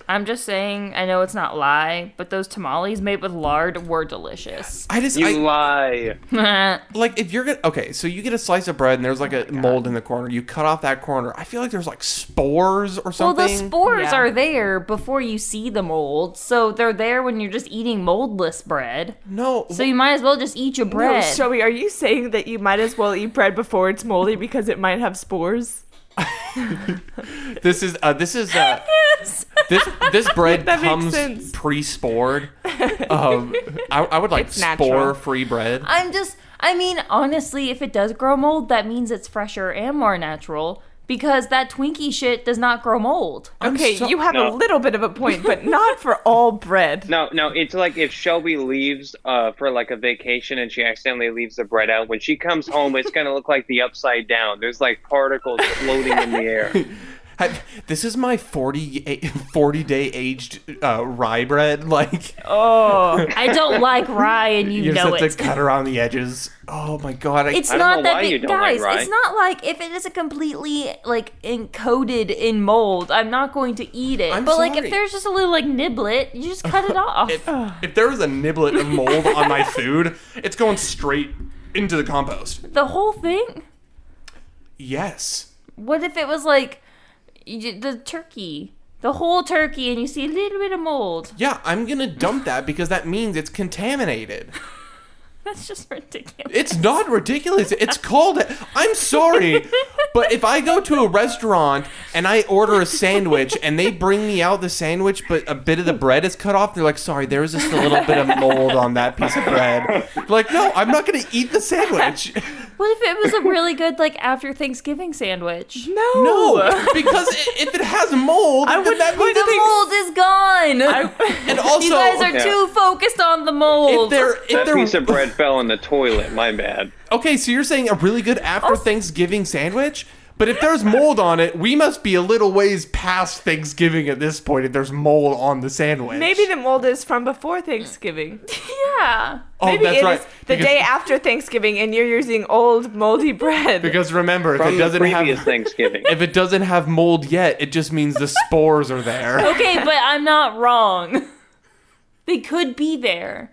I'm just saying. I know it's not lie, but those tamales made with lard were delicious. I just you I, lie. like if you're gonna okay, so you get a slice of bread and there's like a mold in the corner. You cut off that corner. I feel like there's like spores or Well, something. the spores Yeah. are there before you see the mold, so they're there when you're just eating moldless bread. No. So you might as well just eat your No, bread. Shelby, are you saying that you might as well eat bread before it's moldy because it might have spores? this is uh, this is uh, this this bread That makes comes sense. pre-spored. Um, I, I would like It's natural. spore-free bread. I'm just, I mean, honestly, if it does grow mold, that means it's fresher and more natural because that Twinkie shit does not grow mold. Okay, so- you have No. a little bit of a point, but not for all bread. No, no, it's like if Shelby leaves uh, for like a vacation and she accidentally leaves the bread out. When she comes home, it's gonna look like the upside down. There's like particles floating in the air. I- this is my 40 40 day aged uh, rye bread. Like Oh, I don't like rye, and you, you just know have it. to cut around the edges. Oh my god! I, It's I don't not know that why you big, don't like guys. rye. It's not like if it isn't completely like encoded in mold, I'm not going to eat it. I'm but like sorry. if there's just a little like niblet, you just cut it off. if there was a niblet of mold on my food, it's going straight into the compost. the whole thing. Yes. What if it was like you- the turkey, the whole turkey, and you see a little bit of mold? Yeah, I'm gonna dump that because that means it's contaminated. That's just ridiculous. It's not ridiculous. It's called. I'm sorry, but if I go to a restaurant and I order a sandwich and they bring me out the sandwich, but a bit of the bread is cut off, they're like, "Sorry, there was just a little bit of mold on that piece of bread." Like, no, I'm not going to eat the sandwich. What if it was a really good like after Thanksgiving sandwich? no. No, because i- if it has mold, I then would that means put The it's- mold is gone. And also, you guys are Yeah. too focused on the mold. if they're if That piece they're of bread fell in the toilet. My bad. okay, so you're saying a really good after Thanksgiving sandwich. But if there's mold on it, we must be a little ways past Thanksgiving at this point. If there's mold on the sandwich, Maybe the mold is from before Thanksgiving. yeah. oh, Maybe that's it right. is the because, day after Thanksgiving and you're using old moldy bread. because remember, if From it the doesn't previous have Thanksgiving. if it doesn't have mold yet, it just means the spores are there. Okay, but I'm not wrong. They could be there.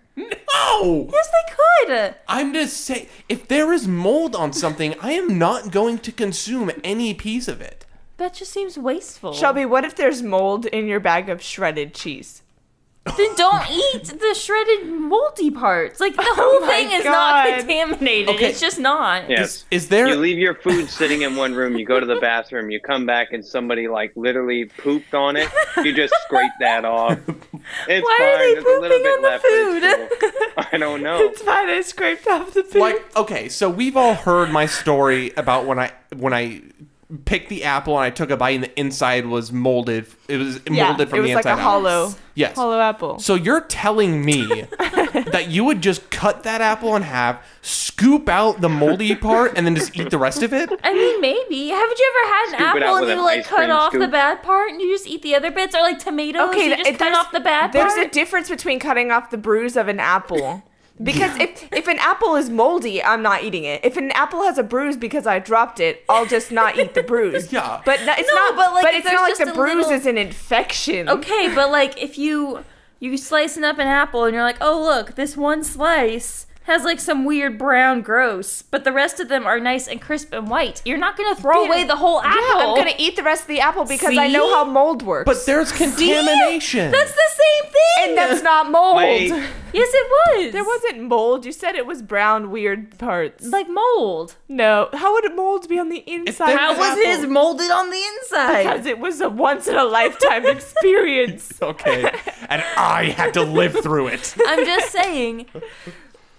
No, Yes, they could. I'm just saying, if there is mold on something, I am not going to consume any piece of it. That just seems wasteful. Shelby, what if there's mold in your bag of shredded cheese? Then don't eat the shredded moldy parts. Like the whole Oh my thing is not God. contaminated. Okay. It's just not. Yes. Is there? You leave your food sitting in one room, you go to the bathroom, you come back and somebody like literally pooped on it. You just scrape that off. It's Why fine. are they There's a little pooping bit on the left. It's food? cool. I don't know. it's fine. I scraped off the food. like okay so we've all heard my story about when i when i picked the apple and i took a bite and the inside was molded it was molded from it was the like inside a out. hollow, yes hollow apple. so you're telling me that you would just cut that apple in half scoop out the moldy part and then just eat the rest of it I mean, maybe. Haven't you ever had an Scoop it out apple and with you an like ice cut cream off the scoop. bad part and you just eat the other bits, or like tomatoes? Okay, you th- just cut there's- off the bad There's part. a difference between cutting off the bruise of an apple. Because if, if an apple is moldy, I'm not eating it. If an apple has a bruise because I dropped it, I'll just not eat the bruise. Yeah. But no, it's No, not. but, But, like, if it's there's not like just the a bruise little- is an infection. okay, but like if you you slicing up an apple and you're like, oh look, this one slice has like some weird brown gross, but the rest of them are nice and crisp and white. You're not gonna throw away the whole apple. Yeah, I'm gonna eat the rest of the apple because I know See? how mold works. but there's contamination That's the same thing. and that's not mold. Wait. yes, it was. There wasn't mold. You said it was brown, weird parts. like mold. No, how would mold be on the inside? there of was an apple? his molded on the inside? Because it was a once in a lifetime experience. okay and i had to live through it I'm just saying,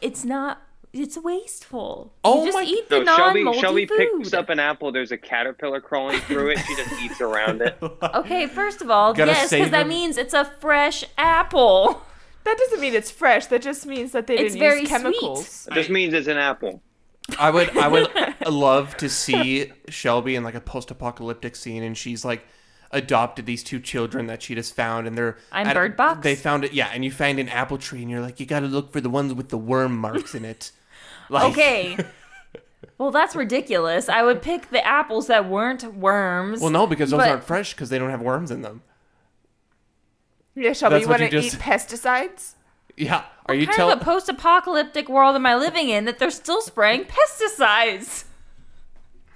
it's not. It's wasteful. Oh you just my- eat the So Shelby, non-moldy Shelby food. picks up an apple. There's a caterpillar crawling through it. She just eats around it. Okay, first of all, Gotta yes, save because that him. means it's a fresh apple. That doesn't mean it's fresh. That just means that they It's didn't very use chemicals. It just means it's an apple. I would I would love to see Shelby in like a post-apocalyptic scene and she's like adopted these two children that she just found and they're I'm at- Bird Box. They found it yeah, and you find an apple tree and you're like you got to look for the ones with the worm marks in it. Like Okay. well, that's ridiculous. I would pick the apples that weren't worms. Well, no, because those But- aren't fresh because they don't have worms in them. Yeah, Shelby, That's you what want you to just- eat pesticides? Yeah. Are you Kind telling of a post-apocalyptic world am I living in that they're still spraying pesticides?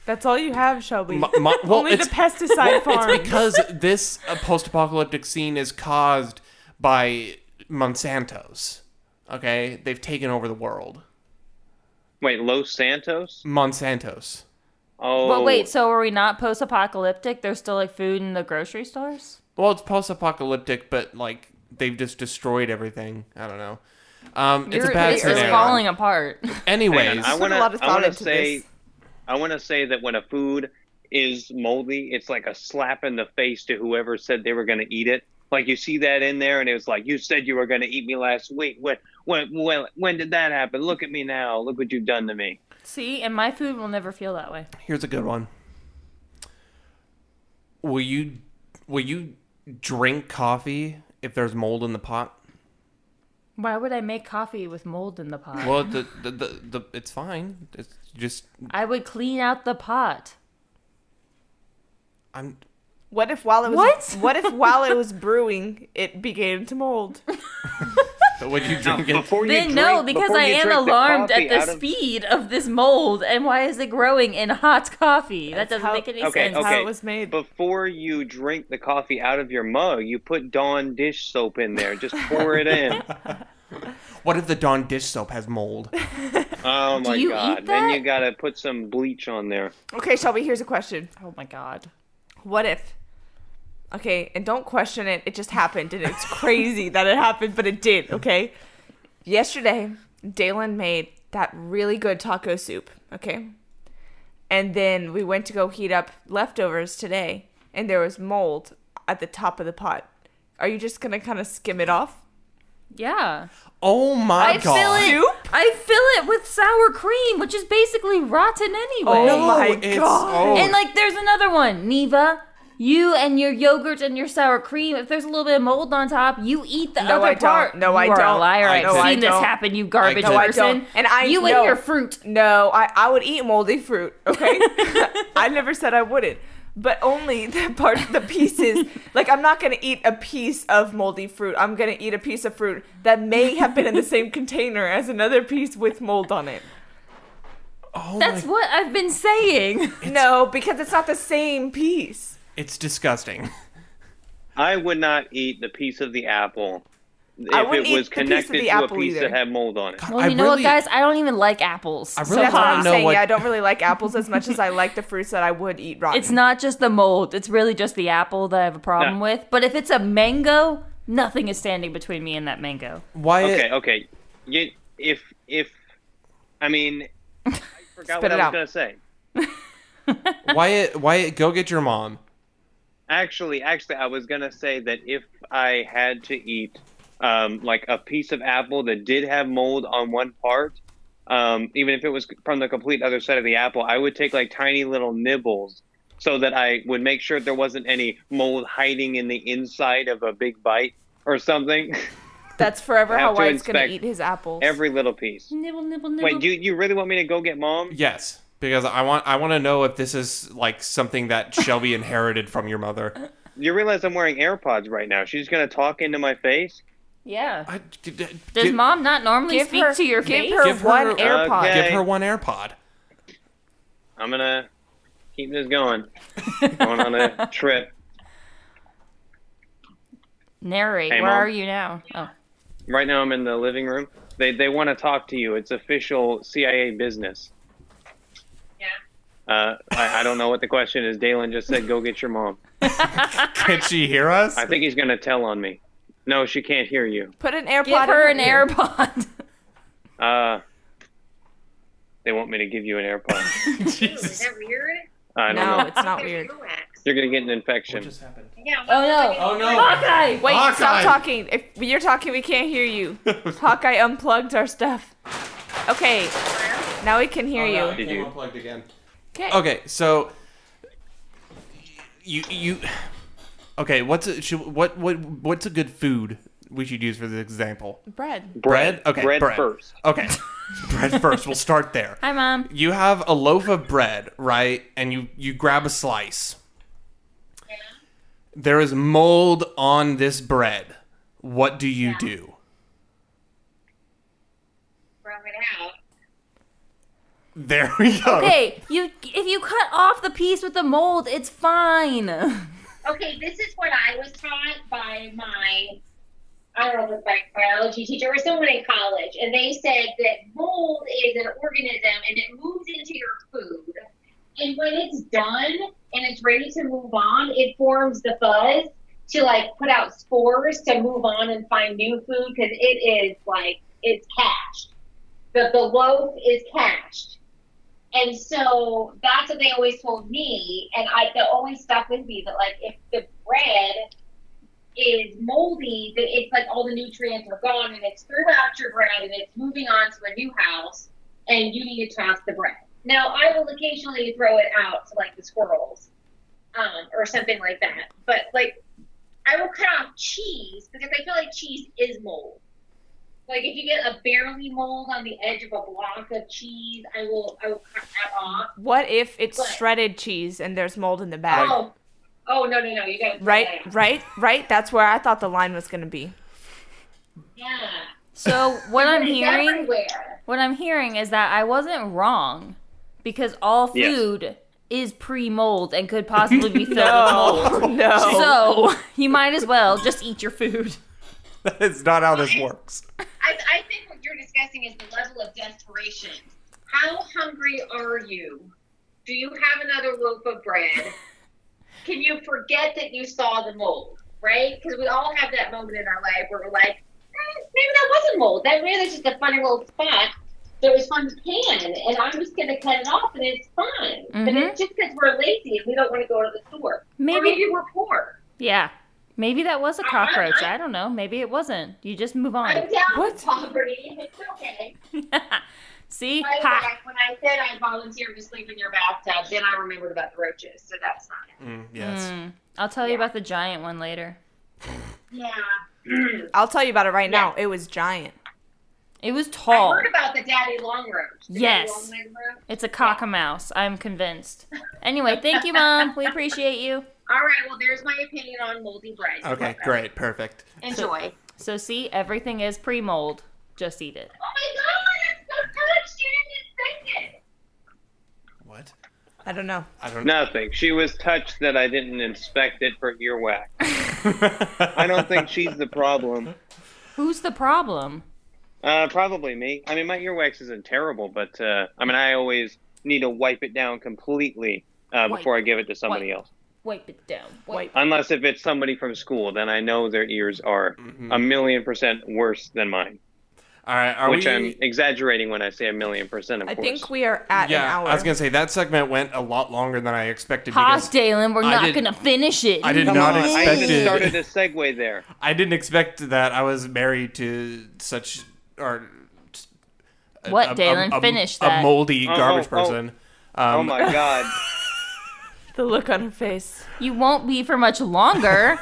That's all you have, Shelby. my, my, well, Only the oh, it's- pesticide farm. It's because this uh, post-apocalyptic scene is caused by Monsanto's. Okay? They've taken over the world. Wait, Los Santos? Monsanto's. Oh, But wait, so are we not post-apocalyptic? There's still like food in the grocery stores? Well, it's post-apocalyptic, but like they've just destroyed everything. I don't know. Um, it's a You're- bad this is scenario. falling apart. Anyways, I want to. a lot of I thought want to into say. this. I want to say that when a food is moldy, it's like a slap in the face to whoever said they were going to eat it. Like you see that in there, and it was like you said you were going to eat me last week. When, when, when, when did that happen? Look at me now. Look what you've done to me. See, and my food will never feel that way. here's a good one. Will you will you drink coffee if there's mold in the pot? Why would I make coffee with mold in the pot? Well, the the, the, the it's fine. It's just I would clean out the pot. I'm what if while it was What? if while it was brewing, it began to mold? would you drink it? Before you Then drink- no, because before I you am drink the alarmed coffee at the out of- speed of this mold and why is it growing in hot coffee? That doesn't how- make any Okay, sense. That's how okay. it was made. Before you drink the coffee out of your mug, you put Dawn dish soap in there. Just pour it in. What if the Dawn dish soap has mold? Oh my you god! eat Then that? you gotta put some bleach on there. Okay, Shelby, here's a question. Oh my god. What if? Okay, and don't question it. It just happened, and it's crazy that it happened, but it did. Okay. Yesterday, Dalen made that really good taco soup. Okay. And then we went to go heat up leftovers today, and there was mold at the top of the pot. Are you just gonna kind of skim it off? Yeah. Oh my I god! fill it Soup? I fill it with sour cream, which is basically rotten anyway. Oh my it's- God. oh, And like there's another one, Neva. You and your yogurt and your sour cream. If there's a little bit of mold on top, you eat the No, other I don't. part. No, you I are don't. a liar. I I've don't. seen No, I this don't. happen. You garbage No, I person. don't. And I- you no. and your fruit. No, I, I would eat moldy fruit, okay? I never said I wouldn't. But only the part the pieces like I'm not gonna eat a piece of moldy fruit. I'm gonna eat a piece of fruit that may have been in the same container as another piece with mold on it. oh That's my- what I've been saying. no, because it's not the same piece. it's disgusting. I would not eat the piece of the apple I if wouldn't it was eat the piece of connected the to a apple piece either. that had mold on it. Well, I you know really- what, guys? I don't even like apples. I so really That's what wanna hi. I'm know saying. what- Yeah, I don't really like apples as much as I like the fruits that I would eat rotten. It's not just the mold. It's really just the apple that I have a problem No. with. But if it's a mango, nothing is standing between me and that mango. Wyatt, Okay, okay. You, if if I mean, I forgot what Spit it I was out. gonna say. Wyatt, Wyatt, go get your mom. Actually, actually, I was gonna say that if I had to eat um, like a piece of apple that did have mold on one part, um, even if it was from the complete other side of the apple, I would take like tiny little nibbles so that I would make sure there wasn't any mold hiding in the inside of a big bite or something. That's forever I how have to Wyatt's gonna inspect eat his apples. Every little piece. Nibble, nibble, nibble. Wait, do you really want me to go get mom? Yes, because I want I want to know if this is like something that Shelby inherited from your mother. You realize I'm wearing AirPods right now. She's gonna talk into my face. yeah. I, d- d- Does gi- mom not normally give speak her- to your give face? her- give her one AirPod. Okay. Give her one AirPod. I'm gonna keep this going. going on a trip. Narrate. Hey, where Mom. are you now? Oh. Right now, I'm in the living room. They they want to talk to you. It's official CIA business. Yeah. Uh, I, I don't know what the question is. Dalen just said, "Go get your mom." Can she hear us? I think he's gonna tell on me. No, she can't hear you. Put an AirPod. Give in her an ear. AirPod. Uh, they want me to give you an AirPod. Is Jesus. that weird? I don't No, know. it's not There's weird. earwax. You're gonna get an infection. What just happened? Yeah, Oh no. Oh no! Hawkeye. Wait, Hawkeye. stop talking. If you're talking, we can't hear you. Hawkeye unplugged our stuff. Okay, now we can hear Oh, no, you. I Did came you- unplugged again. Okay. Okay, so you you okay? What's a, should, what what what's a good food we should use for this example? Bread. Bread. Okay. bread, first. Okay. bread first. We'll start there. Hi, mom. You have a loaf of bread, right? And you you grab a slice. There is mold on this bread. What do you do? rub it out. There we go. Hey, you. If you cut off the piece with the mold, it's fine. Okay, this is what I was taught by my, I don't know, if it was my biology teacher or someone in college, and they said that mold is an organism and it moves into your food. And when it's done and it's ready to move on, it forms the fuzz to like put out spores to move on and find new food because it is like, it's cached. The, the loaf is cached. And so that's what they always told me, and I that always stuck with me that like if the bread is moldy, that it's like all the nutrients are gone and it's throughout your bread and it's moving on to a new house, and you need to toss the bread. Now I will occasionally throw it out to like the squirrels, um, or something like that. But like I will cut off cheese because I feel like cheese is mold. Like if you get a barely mold on the edge of a block of cheese, I will I will cut that off. What if it's What? shredded cheese and there's mold in the bag? oh, oh no no no! You got Right, right, right. That's where I thought the line was gonna be. Yeah. so what I'm It's hearing. everywhere. What I'm hearing is that I wasn't wrong because all Yes. food is pre mold and could possibly be filled with mold. Oh no. So you might as well just eat your food. That is not how this works. I, I think what you're discussing is the level of desperation. How hungry are you? Do you have another loaf of bread? Can you forget that you saw the mold? Right? Because we all have that moment in our life where we're like, "Eh, maybe that wasn't mold. That maybe that's just a funny little spot. There was fun can, and I'm just going to cut it off, and it's fine. But it's just because we're lazy and we don't want to go to the store. Or Maybe, maybe we're poor. yeah. Maybe that was a cockroach. I don't know. Maybe it wasn't. You just move I'm on. down What? with poverty. It's okay. See? By the Ha. way, when I said I volunteered to sleep in your bathtub, then I remembered about the roaches, so that's not it. Mm, yes. Mm. I'll tell you about the giant one later. Yeah. I'll tell you about it right now. It was giant. It was I tall. heard about the daddy long roach. The Oh. Yes. daddy long roach. It's a cockamouse. I'm convinced. Anyway, thank you, Mom. We appreciate you. All right, well, there's my opinion on moldy bread. Oh Okay. Great. Perfect. Enjoy. So, see, everything is pre mold. Just eat it. Oh my god, I'm so touched. You didn't expect it. What? I don't know. I don't Nothing. She was touched that I didn't inspect it for earwax. I don't think she's the problem. Who's the problem? Uh, probably me. I mean, my earwax isn't terrible, but uh, I mean, I always need to wipe it down completely uh, Wipe. before I give it to somebody Wipe. else. Wipe it down. Wipe. Unless if it's somebody from school, then I know their ears are a million percent worse than mine. All right, are which we? I'm exaggerating when I say a million percent, of I course. think we are at an yeah, hour. I was gonna say that segment went a lot longer than I expected. Pause, because Dalen. We're I not did- gonna finish it. I did Come not on, I expect even started it. a segue there. I didn't expect that. I was married to such or What, a- a- Dalen? a- Finish A that. moldy Oh, garbage oh, oh. person. Oh Um, my god. the look on her face. you won't be for much longer.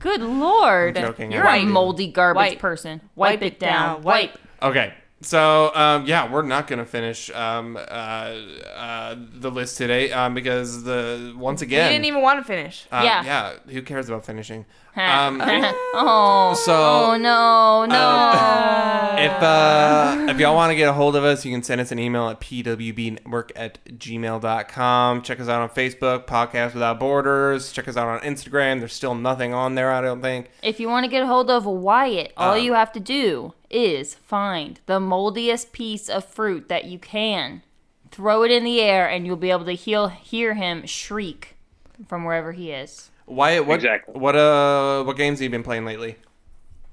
Good lord. I'm joking, You're I a love you. moldy garbage Wipe. person. Wipe, it down. Wipe. Okay. So um, yeah, we're not gonna finish um, uh, uh, the list today um, because the once You again didn't even want to finish. um, Yeah. yeah who cares about finishing um, oh. so uh, oh no, no. if uh, if y'all want to get a hold of us, you can send us an email at pwbnetwork at gmail.com. Check us out on Facebook, Podcast Without Borders. Check us out on Instagram. There's still nothing on there, I don't think. If you want to get a hold of Wyatt, Um, all you have to do is find the moldiest piece of fruit that you can, throw it in the air, and you'll be able to heal, hear him shriek from wherever he is. Wyatt, what Exactly. what uh what games have you been playing lately?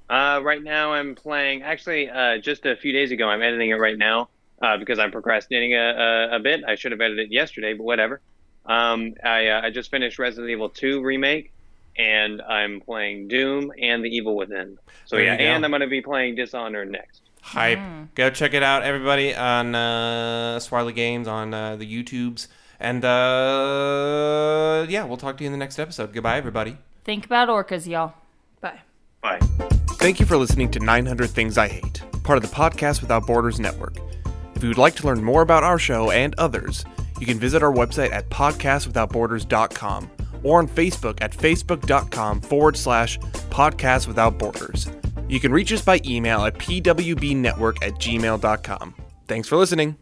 Uh, right now, I'm playing. Actually, uh, just a few days ago, I'm editing it right now uh, because I'm procrastinating a, a, a bit. I should have edited it yesterday, but whatever. Um, I, uh, I just finished Resident Evil 2 remake, and I'm playing Doom and The Evil Within. So There yeah, you go. and I'm going to be playing Dishonored next. Hype. Go check it out, everybody, on uh, Swiley Games on uh, the YouTubes. And uh, yeah, we'll talk to you in the next episode. Goodbye, everybody. Think about orcas, y'all. Bye. Bye. Thank you for listening to 900 Things I Hate, part of the Podcast Without Borders Network. If you would like to learn more about our show and others, you can visit our website at podcastwithoutborders.com or on Facebook at facebook.com forward slash podcast without borders. You can reach us by email at pwbnetwork at gmail.com. Thanks for listening.